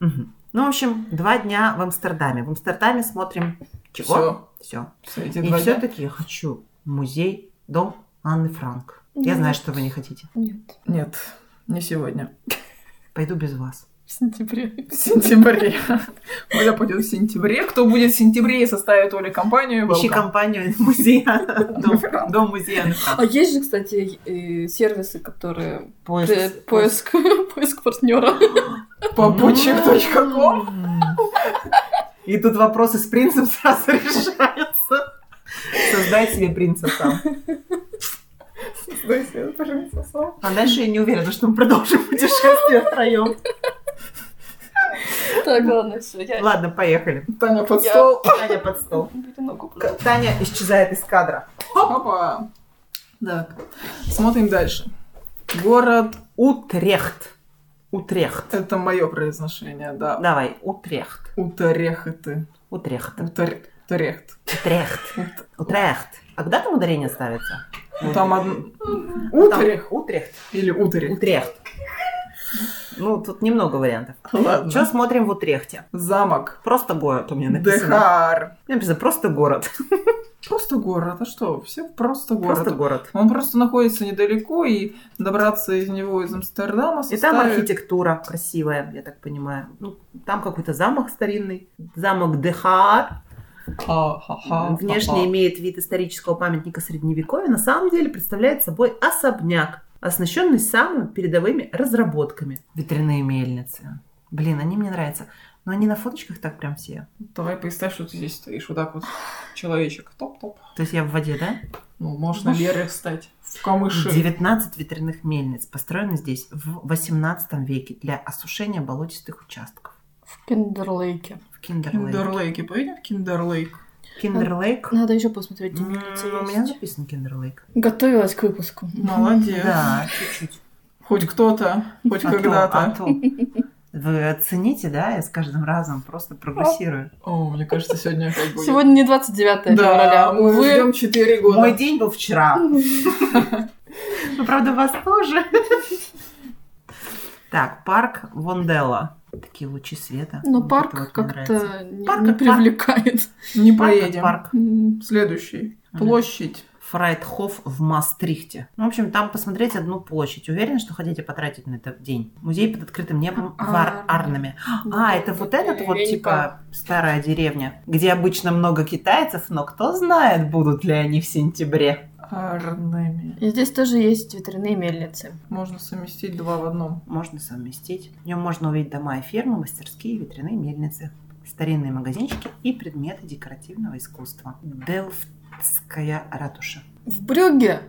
[SPEAKER 2] Мгм. Ну, в общем, два дня в Амстердаме. В Амстердаме смотрим чего?
[SPEAKER 1] Все.
[SPEAKER 2] Все.
[SPEAKER 1] Все, эти
[SPEAKER 2] И
[SPEAKER 1] два дня.
[SPEAKER 2] все-таки я хочу музей, дом Анны Франк. Я
[SPEAKER 3] Нет.
[SPEAKER 2] знаю, что вы не хотите.
[SPEAKER 3] Нет.
[SPEAKER 1] Нет, не сегодня.
[SPEAKER 2] Пойду без вас.
[SPEAKER 3] В сентябре.
[SPEAKER 1] В сентябре. Оля пойдет в сентябре. Кто будет в сентябре и составит Оле компанию?
[SPEAKER 2] Ищи
[SPEAKER 1] welcome.
[SPEAKER 2] компанию музея, дом, дом музея Анны Франк.
[SPEAKER 3] А есть же, кстати, э, сервисы, которые
[SPEAKER 2] Поезд.
[SPEAKER 3] э, поиск, поиск партнера.
[SPEAKER 1] Попутчик.ком
[SPEAKER 2] М. И тут вопросы с принцем сразу решаются. Создай себе принца сам.
[SPEAKER 1] Создай себе, пожалуйста, сам.
[SPEAKER 2] А дальше я не уверена, что мы продолжим путешествие втроем.
[SPEAKER 3] Так,
[SPEAKER 2] Ну,
[SPEAKER 3] ладно, все, я
[SPEAKER 2] Ладно, поехали.
[SPEAKER 1] Таня под стол.
[SPEAKER 2] Таня под стол.
[SPEAKER 3] убери ногу.
[SPEAKER 2] К- Таня исчезает из кадра.
[SPEAKER 1] Опа. Так, смотрим дальше. Город.
[SPEAKER 2] Утрехт. Утрехт.
[SPEAKER 1] Это мое произношение, да.
[SPEAKER 2] Давай, Утрехт.
[SPEAKER 1] Утерехты.
[SPEAKER 2] Утрехт.
[SPEAKER 1] Утер- Утерехт.
[SPEAKER 2] Утрехт. Утрехт. А куда там ударение ставится?
[SPEAKER 1] Ну, Там од-
[SPEAKER 2] Ну, там
[SPEAKER 1] Утерех.
[SPEAKER 2] Утрехт.
[SPEAKER 1] Или Утерех.
[SPEAKER 2] Утрехт. Ну, тут немного вариантов.
[SPEAKER 1] Ладно.
[SPEAKER 2] Что смотрим в Утрехте?
[SPEAKER 1] Замок.
[SPEAKER 2] Просто город у меня написано.
[SPEAKER 1] Дехар.
[SPEAKER 2] Мне написано просто город.
[SPEAKER 1] Просто город. А что? Все просто город.
[SPEAKER 2] Просто город.
[SPEAKER 1] Он просто находится недалеко, и добраться из него из Амстердама
[SPEAKER 2] И там
[SPEAKER 1] составит-
[SPEAKER 2] архитектура красивая, я так понимаю. Ну, там какой-то замок старинный. Замок Дехаар.
[SPEAKER 1] А, Ха-ха-ха.
[SPEAKER 2] Внешне имеет вид исторического памятника Средневековья. На самом деле представляет собой особняк, оснащенный самыми передовыми разработками. Ветряные мельницы. Блин, они мне нравятся. Но они на фоточках так прям все.
[SPEAKER 1] Давай представь, что ты здесь стоишь. Вот так вот. Человечек. Топ-топ.
[SPEAKER 2] То есть я в воде, да?
[SPEAKER 1] Ну, можно Лерой стать. В камыши.
[SPEAKER 2] 19 ветряных мельниц построены здесь в 18 веке для осушения болотистых участков.
[SPEAKER 3] В Пиндерлейке.
[SPEAKER 2] В Киндерлейк.
[SPEAKER 1] Киндерлейки. Поедем в Киндерлейк?
[SPEAKER 2] Киндерлейк.
[SPEAKER 3] Надо еще посмотреть, где
[SPEAKER 2] М,
[SPEAKER 3] мельница
[SPEAKER 2] У меня
[SPEAKER 3] есть.
[SPEAKER 2] записан Киндерлейк.
[SPEAKER 3] Готовилась к выпуску.
[SPEAKER 1] Молодец.
[SPEAKER 2] Да, чуть-чуть.
[SPEAKER 1] Хоть кто-то, хоть
[SPEAKER 2] А то, а
[SPEAKER 1] когда-то.
[SPEAKER 2] то. Вы оцените, да, я с каждым разом просто прогрессирую.
[SPEAKER 1] О, мне кажется, сегодня опять будет.
[SPEAKER 3] Сегодня не 29
[SPEAKER 1] Да,
[SPEAKER 3] февраля. а
[SPEAKER 1] мы
[SPEAKER 3] увы.
[SPEAKER 1] ждем 4 года.
[SPEAKER 2] Мой день был вчера. Ну, правда, вас тоже. Так, парк Вонделла. Такие лучи света.
[SPEAKER 3] Но
[SPEAKER 2] Вот это
[SPEAKER 3] парк
[SPEAKER 2] вот мне нравится.
[SPEAKER 3] как-то не,
[SPEAKER 2] Парк
[SPEAKER 3] не
[SPEAKER 2] как парк.
[SPEAKER 3] привлекает.
[SPEAKER 1] Не
[SPEAKER 2] Парк как
[SPEAKER 1] поедем.
[SPEAKER 2] парк.
[SPEAKER 3] М,
[SPEAKER 1] Следующий.
[SPEAKER 2] Мгм.
[SPEAKER 1] Площадь.
[SPEAKER 2] Фрайтхоф в Мастрихте. Ну, в общем, там посмотреть одну площадь. Уверена, что хотите потратить на этот день. Музей под открытым небом в Ар-
[SPEAKER 3] Арна.
[SPEAKER 2] Арнаме.
[SPEAKER 3] да,
[SPEAKER 2] А, это вот
[SPEAKER 3] я-
[SPEAKER 2] этот вот,
[SPEAKER 3] я не
[SPEAKER 2] типа, старая деревня, где обычно много китайцев, но кто знает, будут ли они в сентябре.
[SPEAKER 1] Арнами.
[SPEAKER 3] И здесь тоже есть ветряные мельницы.
[SPEAKER 1] Можно совместить два в одном.
[SPEAKER 2] Можно совместить. В нем можно увидеть дома и фермы, мастерские, ветряные мельницы, старинные магазинчики и предметы декоративного искусства. Делфтская ратуша.
[SPEAKER 3] В Брюге.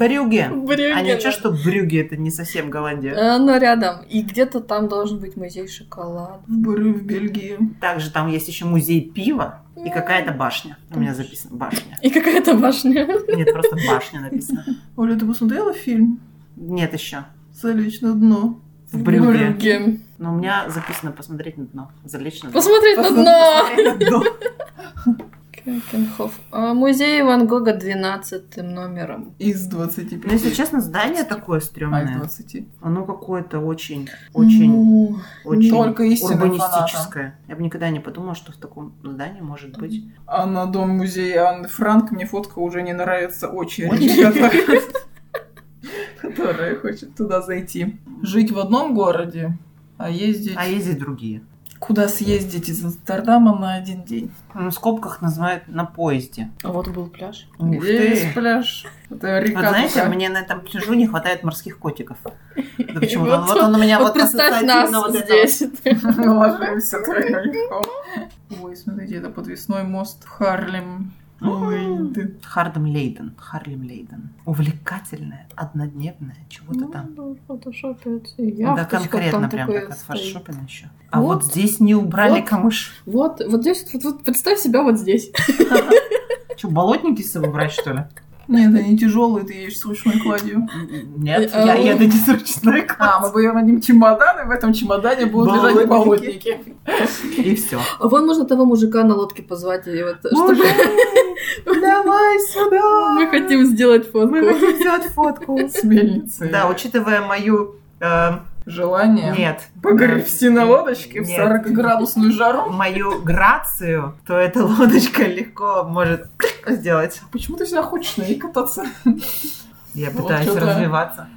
[SPEAKER 2] Брюге.
[SPEAKER 3] В Брюге.
[SPEAKER 2] А
[SPEAKER 3] да.
[SPEAKER 2] ничего, что Брюге это не совсем Голландия.
[SPEAKER 3] Э, Оно рядом. И где-то там должен быть музей шоколада.
[SPEAKER 1] В Брю, в Бельгии.
[SPEAKER 2] Также там есть еще музей пива и какая-то башня. У меня записано башня.
[SPEAKER 3] И какая-то башня.
[SPEAKER 2] Нет, просто башня написано.
[SPEAKER 1] Оля, ты посмотрела фильм
[SPEAKER 2] Нет еще.
[SPEAKER 1] «Залечь на дно»?
[SPEAKER 2] В Брюге.
[SPEAKER 3] Брюге.
[SPEAKER 2] Но у меня записано посмотреть на дно. Залечь на дно.
[SPEAKER 3] Посмотреть на
[SPEAKER 1] Посмотри-
[SPEAKER 3] дно.
[SPEAKER 2] Посмотреть на дно.
[SPEAKER 3] Кёкенхоф. А, Музей Ван Гога 12 номером.
[SPEAKER 1] Из 25.
[SPEAKER 2] Ну, если честно, здание такое
[SPEAKER 1] а, из
[SPEAKER 2] стрёмное.
[SPEAKER 1] 20.
[SPEAKER 2] Оно какое-то очень, очень,
[SPEAKER 3] Ну,
[SPEAKER 2] очень
[SPEAKER 1] Только истинным
[SPEAKER 3] а?
[SPEAKER 2] урбанистическое. Я бы никогда не подумала, что в таком здании может быть.
[SPEAKER 1] А на дом музея Анны Франк мне фотка уже не нравится очередь, которая-
[SPEAKER 2] Очередь.
[SPEAKER 1] которая хочет туда зайти. Жить в одном городе, а ездить...
[SPEAKER 2] А есть и другие.
[SPEAKER 1] Куда съездить из Амстердама на один день?
[SPEAKER 2] Ну, В скобках называют на поезде.
[SPEAKER 3] А вот был пляж.
[SPEAKER 2] Ух
[SPEAKER 1] Где
[SPEAKER 2] ты.
[SPEAKER 1] есть пляж? Это река
[SPEAKER 2] Вот знаете,
[SPEAKER 1] такая.
[SPEAKER 2] мне на этом пляжу не хватает морских котиков. Да почему?
[SPEAKER 3] Вот-
[SPEAKER 2] Вот, он у меня
[SPEAKER 3] Вот
[SPEAKER 2] вот
[SPEAKER 3] представь нас
[SPEAKER 2] ассоциативно вот это
[SPEAKER 3] здесь.
[SPEAKER 1] Мы ложимся так легко. Ой, смотрите, это подвесной мост в Харлем. Ой, да.
[SPEAKER 2] вот. Хардем Лейден. Харлем Лейден. Увлекательное, однодневное, чего-то там.
[SPEAKER 3] фотошопят. Ну, и
[SPEAKER 2] да,
[SPEAKER 3] яхточка
[SPEAKER 2] конкретно
[SPEAKER 3] а там
[SPEAKER 2] прям
[SPEAKER 3] такая
[SPEAKER 2] так от
[SPEAKER 3] стоит.
[SPEAKER 2] фаршопина еще. А
[SPEAKER 3] Вот.
[SPEAKER 2] вот, здесь не убрали
[SPEAKER 3] Вот.
[SPEAKER 2] камыш.
[SPEAKER 3] Вот, вот здесь, вот, вот представь себя вот здесь.
[SPEAKER 2] Что, болотники с собой брать, что ли?
[SPEAKER 1] Нет, они тяжелые, ты едешь с ручной кладью.
[SPEAKER 2] Нет, я
[SPEAKER 3] Э,
[SPEAKER 2] еду не с ручной
[SPEAKER 1] А, мы повернем чемодан, и в этом чемодане будут лежать
[SPEAKER 2] Болотники.
[SPEAKER 1] болотники.
[SPEAKER 2] И все.
[SPEAKER 3] А Вон можно того мужика на лодке позвать, и вот, чтобы
[SPEAKER 2] давай сюда!
[SPEAKER 3] мы хотим сделать фотку.
[SPEAKER 2] Мы хотим сделать фотку.
[SPEAKER 1] С мельницей.
[SPEAKER 3] Э.
[SPEAKER 2] Да, учитывая мою... э,
[SPEAKER 1] Желание.
[SPEAKER 2] Нет.
[SPEAKER 1] Погребсти на лодочке в
[SPEAKER 2] Нет.
[SPEAKER 1] 40-градусную жару.
[SPEAKER 2] Мою грацию, то эта лодочка легко может сделать.
[SPEAKER 1] Почему ты всегда хочешь на ней кататься?
[SPEAKER 2] Я
[SPEAKER 1] Вот
[SPEAKER 2] пытаюсь
[SPEAKER 1] чё-то.
[SPEAKER 2] развиваться.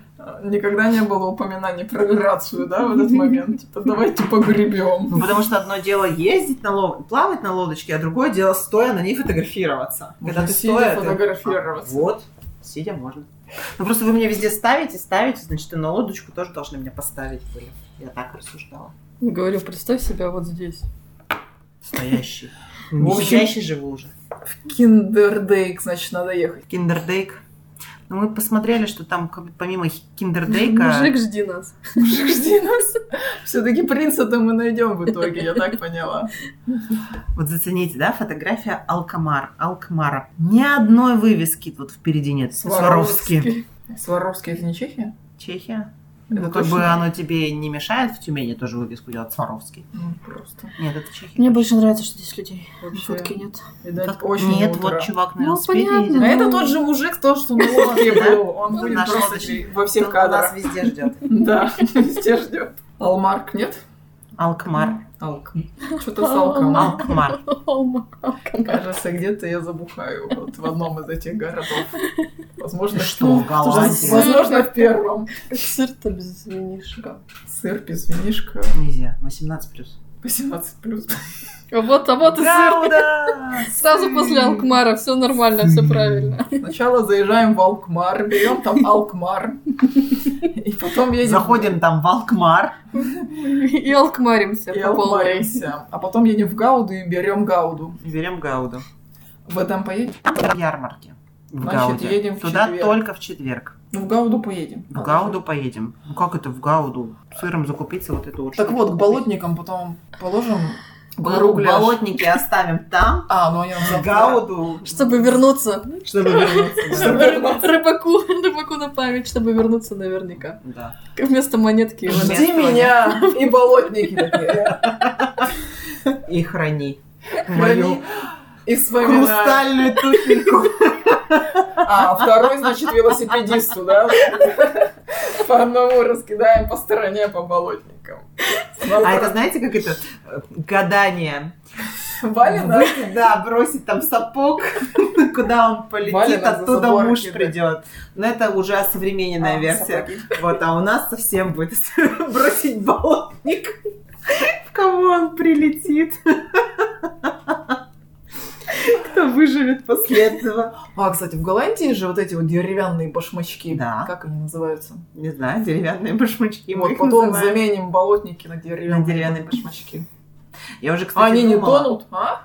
[SPEAKER 1] Никогда не было упоминаний про грацию, да, в этот момент. Типа, давайте погребем.
[SPEAKER 2] Ну, потому что одно дело ездить на лодке, плавать на лодочке, а другое дело стоя на ней фотографироваться. Когда ты стоя,
[SPEAKER 1] сидя
[SPEAKER 2] ты-
[SPEAKER 1] фотографироваться.
[SPEAKER 2] Вот, сидя можно. Ну просто вы меня везде ставите, ставите, значит, и на лодочку тоже должны меня поставить были. Я так рассуждала.
[SPEAKER 3] Говорю, представь себя вот здесь.
[SPEAKER 2] Стоящий.
[SPEAKER 1] В
[SPEAKER 2] Не
[SPEAKER 1] общем-
[SPEAKER 2] сидящий живу уже.
[SPEAKER 1] А, Киндердейк, значит, надо ехать.
[SPEAKER 2] Киндердейк. Ну, мы посмотрели, что там как- помимо хи- киндердейка...
[SPEAKER 3] Мужик, жди нас.
[SPEAKER 1] Мужик, жди нас. Все-таки принца-то мы найдем в итоге, я так поняла.
[SPEAKER 2] Вот зацените, да, фотография Алкамар, Алкмара. Ни одной вывески вот впереди нет. Сваровски.
[SPEAKER 1] Сваровский это не Чехия?
[SPEAKER 2] Чехия.
[SPEAKER 1] Это
[SPEAKER 2] Ну, как
[SPEAKER 1] точно?
[SPEAKER 2] бы оно тебе не мешает в Тюмени тоже вывеску делать Сваровский.
[SPEAKER 1] Ну, просто.
[SPEAKER 2] Нет, это Чехия.
[SPEAKER 3] Мне больше нравится, что здесь людей.
[SPEAKER 1] Вообще,
[SPEAKER 3] Фотки нет.
[SPEAKER 1] видать,
[SPEAKER 2] Как-
[SPEAKER 1] очень
[SPEAKER 2] Нет,
[SPEAKER 1] мудро.
[SPEAKER 2] вот чувак на
[SPEAKER 3] Ну,
[SPEAKER 2] велосипеде
[SPEAKER 3] понятно.
[SPEAKER 2] едет.
[SPEAKER 1] А это тот же мужик, то, что на лодке был. Он будет
[SPEAKER 2] Наш
[SPEAKER 1] просто
[SPEAKER 2] лодочник.
[SPEAKER 1] во всех
[SPEAKER 2] Он
[SPEAKER 1] кадрах.
[SPEAKER 2] везде ждет.
[SPEAKER 1] Да, везде ждет. Алмарк нет?
[SPEAKER 2] Алкмар.
[SPEAKER 1] Алк. Что-то с алком.
[SPEAKER 3] Алма.
[SPEAKER 2] Алкмар.
[SPEAKER 1] Кажется, где-то я забухаю вот в одном из этих городов. Возможно,
[SPEAKER 2] Ты что,
[SPEAKER 3] Голландия?
[SPEAKER 1] Возможно, в первом.
[SPEAKER 3] Сыр-то без винишка.
[SPEAKER 1] Сыр без винишка.
[SPEAKER 2] Нельзя. 18 плюс.
[SPEAKER 1] 18 плюс.
[SPEAKER 3] А вот, а вот и сыр.
[SPEAKER 2] Гауда!
[SPEAKER 3] Сразу после Алкмара, все нормально, все правильно.
[SPEAKER 1] Сначала заезжаем в Алкмар, берем там Алкмар. И потом едем.
[SPEAKER 2] Заходим там в Алкмар.
[SPEAKER 3] И алкмаримся
[SPEAKER 1] И
[SPEAKER 3] по полной.
[SPEAKER 1] Алмаримся. А потом едем в Гауду и берем Гауду.
[SPEAKER 2] и Берем Гауду.
[SPEAKER 1] В этом поедем?
[SPEAKER 2] В ярмарке. В
[SPEAKER 1] Значит,
[SPEAKER 2] Гауде.
[SPEAKER 1] едем в
[SPEAKER 2] Туда
[SPEAKER 1] четверг.
[SPEAKER 2] только в четверг.
[SPEAKER 1] Ну, в Гауду поедем.
[SPEAKER 2] В Гауду поедем. Ну как это в Гауду? Сыром закупиться вот это вот.
[SPEAKER 1] Так
[SPEAKER 2] штуку
[SPEAKER 1] вот, к
[SPEAKER 2] купить.
[SPEAKER 1] болотникам потом положим
[SPEAKER 2] Болу-
[SPEAKER 1] кругляш.
[SPEAKER 2] Болотники оставим там.
[SPEAKER 1] А, ну они нам
[SPEAKER 2] В
[SPEAKER 1] завтра-
[SPEAKER 2] Гауду.
[SPEAKER 3] Чтобы вернуться.
[SPEAKER 2] Чтобы вернуться.
[SPEAKER 1] Чтобы вернуться.
[SPEAKER 3] Рыбаку, рыбаку на память, чтобы вернуться наверняка.
[SPEAKER 2] да. Да.
[SPEAKER 3] Вместо монетки. его
[SPEAKER 2] Жди.
[SPEAKER 3] нет.
[SPEAKER 1] Жди меня! И болотники такие.
[SPEAKER 2] И храни.
[SPEAKER 1] Храни И вспоминай.
[SPEAKER 2] Хрустальную туфельку.
[SPEAKER 1] А, второй, значит, велосипедисту, да? По одному раскидаем по стороне, по болотникам.
[SPEAKER 2] А это знаете, как это? э, Гадание.
[SPEAKER 1] Валина?
[SPEAKER 2] Бросит, да, бросит там сапог, куда он полетит,
[SPEAKER 1] Валина за
[SPEAKER 2] оттуда
[SPEAKER 1] забор
[SPEAKER 2] муж
[SPEAKER 1] кидает.
[SPEAKER 2] придет. Но это уже современная
[SPEAKER 1] А,
[SPEAKER 2] версия.
[SPEAKER 1] сапоги.
[SPEAKER 2] Вот, а у нас совсем будет бросить болотник, в кого он прилетит. Кто выживет после этого.
[SPEAKER 1] А, кстати, в Голландии же вот эти вот деревянные башмачки.
[SPEAKER 2] Да.
[SPEAKER 1] Как они называются?
[SPEAKER 2] Не знаю, деревянные башмачки.
[SPEAKER 1] И
[SPEAKER 2] мы
[SPEAKER 1] вот
[SPEAKER 2] их
[SPEAKER 1] потом
[SPEAKER 2] называем.
[SPEAKER 1] заменим болотники на деревянные,
[SPEAKER 2] На деревянные
[SPEAKER 1] башмачки.
[SPEAKER 2] Я уже,
[SPEAKER 1] А
[SPEAKER 2] кстати,
[SPEAKER 1] они не
[SPEAKER 2] думала.
[SPEAKER 1] тонут, а?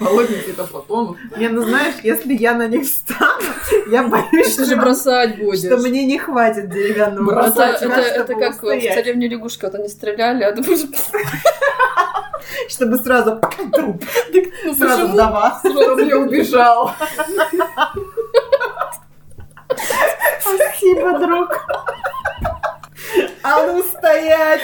[SPEAKER 1] Болотники-то потонут.
[SPEAKER 2] Не, ну знаешь, если я на них встану, я боюсь,
[SPEAKER 3] Ты же
[SPEAKER 2] что,
[SPEAKER 3] бросать будешь.
[SPEAKER 2] что мне не хватит деревянного
[SPEAKER 3] Это,
[SPEAKER 1] бросать,
[SPEAKER 2] бросачка,
[SPEAKER 3] это, это
[SPEAKER 2] чтобы
[SPEAKER 3] как в
[SPEAKER 2] устоять,
[SPEAKER 3] царевне лягушка, вот они стреляли, а ты будешь
[SPEAKER 2] чтобы сразу труп,
[SPEAKER 3] ну,
[SPEAKER 2] сразу
[SPEAKER 3] почему?
[SPEAKER 2] вдова.
[SPEAKER 1] Чтобы я убежал.
[SPEAKER 2] Спасибо, друг. А ну стоять!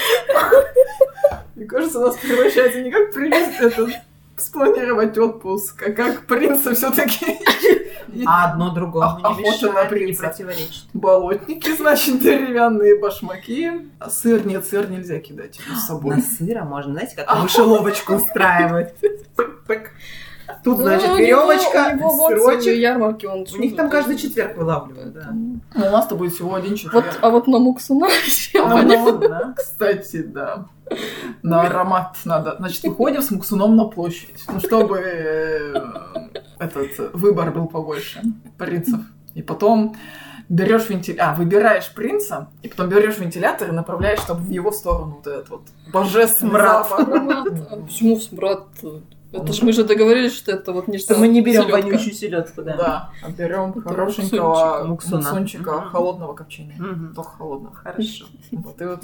[SPEAKER 1] Мне кажется, у нас превращается не как принц этот спланировать отпуск, а как принца все-таки.
[SPEAKER 2] А одно другому
[SPEAKER 1] А-
[SPEAKER 2] не
[SPEAKER 1] охота на
[SPEAKER 2] мешает, не
[SPEAKER 1] принца.
[SPEAKER 2] противоречит.
[SPEAKER 1] Болотники, значит, деревянные башмаки. А сыр нет, сыр нельзя кидать с
[SPEAKER 2] На
[SPEAKER 1] собой.
[SPEAKER 2] сыра можно, знаете, как мышеловочку устраивать. Так. Тут,
[SPEAKER 3] Ну,
[SPEAKER 2] значит,
[SPEAKER 3] у него- у
[SPEAKER 2] веревочка,
[SPEAKER 3] него вон целые
[SPEAKER 2] сырочек.
[SPEAKER 3] ярмарки, он
[SPEAKER 2] У них там каждый четверг вылавливают, да.
[SPEAKER 1] Ну, у нас-то будет всего один
[SPEAKER 3] Вот,
[SPEAKER 1] человек.
[SPEAKER 3] а вот на Муксуна вообще
[SPEAKER 1] А,
[SPEAKER 3] понятно.
[SPEAKER 1] ну, Кстати, да. На аромат надо. Значит, выходим с муксуном на площадь. Ну, чтобы э, этот э, выбор был побольше принцев. И потом берешь вентилятор, а, выбираешь принца, и потом берешь вентилятор и направляешь, чтобы в его сторону вот этот вот божественный
[SPEAKER 2] Смрад.
[SPEAKER 1] запах.
[SPEAKER 2] ну.
[SPEAKER 3] Брат, а Почему смрад? Это ж мы же договорились, что это вот не
[SPEAKER 2] А Мы не берем
[SPEAKER 3] селёдка.
[SPEAKER 2] вонючую селедку, да.
[SPEAKER 1] Да, а берем
[SPEAKER 3] Это
[SPEAKER 1] хорошенького
[SPEAKER 2] муксунчик, муксуна.
[SPEAKER 1] муксунчика
[SPEAKER 2] Мгм.
[SPEAKER 1] холодного копчения.
[SPEAKER 2] Мгм.
[SPEAKER 1] Только холодного.
[SPEAKER 2] Хорошо.
[SPEAKER 1] Вот, и вот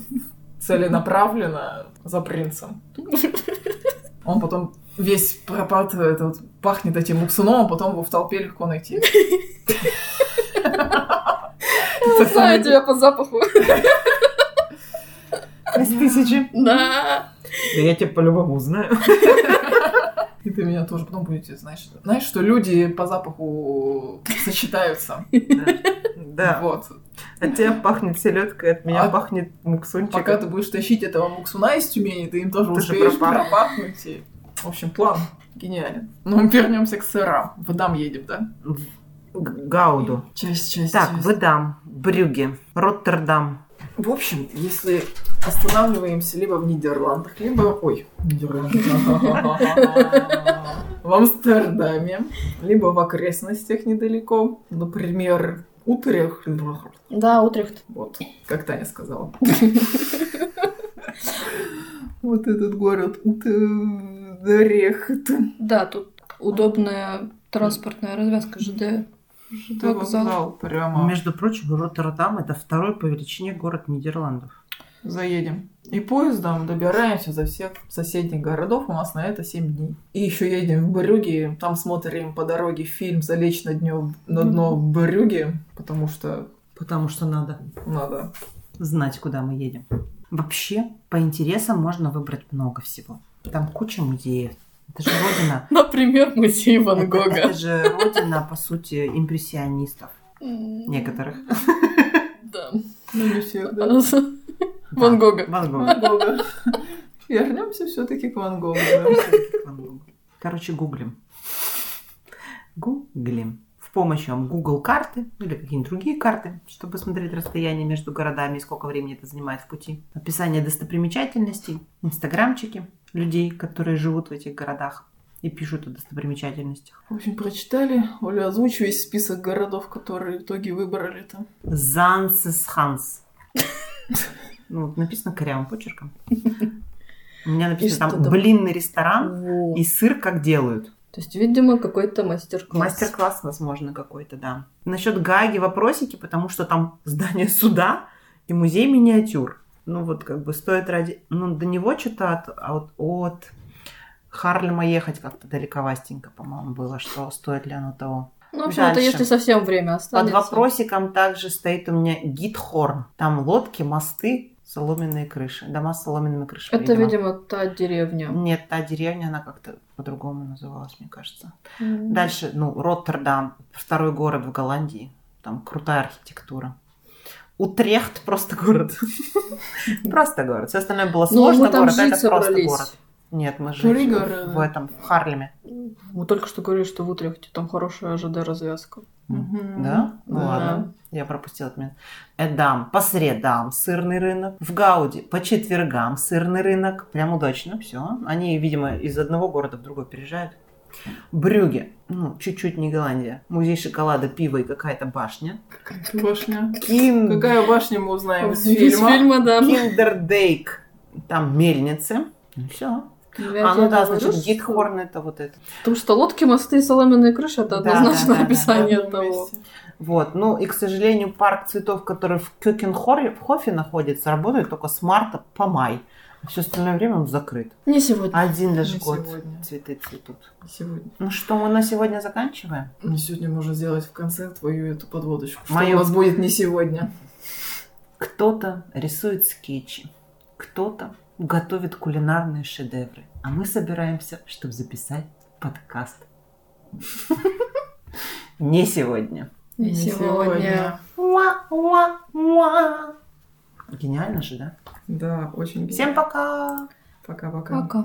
[SPEAKER 1] целенаправленно за принцем. Он потом весь пропатывает, вот, пахнет этим уксуном, а потом его в толпе легко найти.
[SPEAKER 3] Я знаю тебя по запаху.
[SPEAKER 2] Из тысячи.
[SPEAKER 3] Да.
[SPEAKER 2] Да я тебя по-любому узнаю.
[SPEAKER 1] И ты меня тоже потом будете, знаешь, знаешь, что люди по запаху сочетаются.
[SPEAKER 2] Да.
[SPEAKER 1] Вот.
[SPEAKER 2] От тебя пахнет селедкой, от меня
[SPEAKER 1] А-
[SPEAKER 2] пахнет
[SPEAKER 1] Пока
[SPEAKER 2] муксунчиком.
[SPEAKER 1] ты будешь тащить этого муксуна из Тюмени, ты им тоже
[SPEAKER 2] Ты же
[SPEAKER 1] успеешь
[SPEAKER 2] пропах-
[SPEAKER 1] пропахнуть. и- В общем, план гениален. Ну, вернемся к сырам. В Дам едем, да?
[SPEAKER 2] Г- Гауду.
[SPEAKER 1] Часть, часть,
[SPEAKER 2] Так,
[SPEAKER 1] часть.
[SPEAKER 2] Выдам, Брюге, Роттердам.
[SPEAKER 1] В общем, если останавливаемся либо в Нидерландах, либо... Ой, Нидерланды. В Амстердаме, либо в окрестностях недалеко. Например, Утрехт.
[SPEAKER 3] Да, Утрехт.
[SPEAKER 1] Вот, как Таня сказала. Вот этот город Утрехт.
[SPEAKER 3] Да, тут удобная транспортная развязка ЖД. ЖД
[SPEAKER 1] Ты
[SPEAKER 3] вокзал.
[SPEAKER 1] узнал прямо.
[SPEAKER 2] Между прочим, Роттердам это второй по величине город Нидерландов.
[SPEAKER 1] Заедем. И поездом добираемся за всех соседних городов. У нас на это 7 дней. И еще едем в Брюге. Там смотрим по дороге фильм «Залечь на, днё, на дно в Брюге», потому что
[SPEAKER 2] Потому что надо
[SPEAKER 1] надо.
[SPEAKER 2] знать, куда мы едем. Вообще, по интересам можно выбрать много всего. Там куча музеев. Это же родина.
[SPEAKER 3] Например, музей Ван
[SPEAKER 2] Это, это
[SPEAKER 3] Гога.
[SPEAKER 2] же родина, по сути, импрессионистов некоторых.
[SPEAKER 3] Да.
[SPEAKER 1] Ну, не всех, да.
[SPEAKER 3] Ван Гога.
[SPEAKER 2] Да, Ван Гога.
[SPEAKER 1] Ван Гога. Вернемся все-таки к Ван Гогу. да.
[SPEAKER 2] Ван Гога. Короче, гуглим. Гуглим. В помощь вам Google карты ну, или какие-нибудь другие карты, чтобы смотреть расстояние между городами и сколько времени это занимает в пути. Описание достопримечательностей, инстаграмчики людей, которые живут в этих городах и пишут о достопримечательностях.
[SPEAKER 1] В общем, прочитали. Оля, озвучь весь список городов, которые в итоге выбрали там.
[SPEAKER 2] Зансес Ханс. Ну, вот написано корявым почерком. У меня написано
[SPEAKER 3] что
[SPEAKER 2] там
[SPEAKER 3] там?
[SPEAKER 2] блинный ресторан
[SPEAKER 3] Вот.
[SPEAKER 2] и сыр как делают.
[SPEAKER 3] То есть, видимо, какой-то мастер-класс.
[SPEAKER 2] Мастер-класс, возможно, какой-то, да. Насчет Гаги вопросики, потому что там здание суда и музей миниатюр. Ну, вот как бы стоит ради... Ну, до него что-то от, от, от Харлема ехать как-то далековастенько, по-моему, было, что стоит ли оно того.
[SPEAKER 3] Ну, в общем, это
[SPEAKER 2] Дальше.
[SPEAKER 3] если совсем время
[SPEAKER 2] Под
[SPEAKER 3] останется.
[SPEAKER 2] вопросиком также стоит у меня Гитхорн. Там лодки, мосты, соломенные крыши. Дома с соломенными крышами.
[SPEAKER 3] Это,
[SPEAKER 2] видимо.
[SPEAKER 3] видимо, та деревня.
[SPEAKER 2] Нет, та деревня, она как-то по-другому называлась, мне кажется. Дальше, ну, Роттердам, второй город в Голландии. Там крутая архитектура. Утрехт просто город. Просто город. Все остальное было
[SPEAKER 3] Ну, мы
[SPEAKER 2] сложно,
[SPEAKER 3] там
[SPEAKER 2] город, а
[SPEAKER 3] жить
[SPEAKER 2] это просто
[SPEAKER 3] собрались.
[SPEAKER 2] город. Нет, мы
[SPEAKER 1] Три
[SPEAKER 2] жили
[SPEAKER 1] города.
[SPEAKER 2] в этом, в Харлеме.
[SPEAKER 3] Мы только что говорили, что в Утрехте там хорошая ЖД-развязка.
[SPEAKER 1] Мгм.
[SPEAKER 2] Да? Ну
[SPEAKER 1] Да.
[SPEAKER 2] ладно. Я пропустила этот момент. Эдам, по средам сырный рынок. В Гауде по четвергам сырный рынок. Прям удачно, все. Они, видимо, из одного города в другой переезжают. Брюге, ну, чуть-чуть не Голландия. Музей шоколада, пива и какая-то башня.
[SPEAKER 1] Какая башня.
[SPEAKER 2] Кин...
[SPEAKER 1] Какая башня мы узнаем из
[SPEAKER 3] Из
[SPEAKER 1] фильма?
[SPEAKER 3] фильма, да.
[SPEAKER 2] Киндердейк. Там мельницы. все.
[SPEAKER 3] Я
[SPEAKER 2] А, ну
[SPEAKER 3] тебе
[SPEAKER 2] да,
[SPEAKER 3] говорю,
[SPEAKER 2] значит,
[SPEAKER 3] что-
[SPEAKER 2] Гитхорн это вот это.
[SPEAKER 3] Потому что лодки, мосты и соломенные крыши это
[SPEAKER 2] Да,
[SPEAKER 3] однозначно
[SPEAKER 2] да, да, да,
[SPEAKER 3] описание
[SPEAKER 1] В одном
[SPEAKER 3] того.
[SPEAKER 1] месте.
[SPEAKER 2] Вот. Ну и, к сожалению, парк цветов, который в Кёкенхофе находится, работает только с марта по май. А все остальное время он закрыт.
[SPEAKER 3] Не сегодня.
[SPEAKER 2] Один лишь
[SPEAKER 1] Не
[SPEAKER 2] год
[SPEAKER 1] сегодня.
[SPEAKER 2] цветы цветут.
[SPEAKER 1] Сегодня.
[SPEAKER 2] Ну что, мы на сегодня заканчиваем?
[SPEAKER 1] Ну, сегодня можно сделать в конце твою эту подводочку. Что
[SPEAKER 2] Мою.
[SPEAKER 1] у нас будет не сегодня.
[SPEAKER 2] Кто-то рисует скетчи, кто-то готовит кулинарные шедевры, а мы собираемся, чтобы записать подкаст. Не сегодня.
[SPEAKER 3] Не сегодня.
[SPEAKER 2] Уа-уа-уа. Гениально же, да?
[SPEAKER 1] Да, очень
[SPEAKER 2] Всем пока!
[SPEAKER 1] Пока-пока.
[SPEAKER 3] Пока.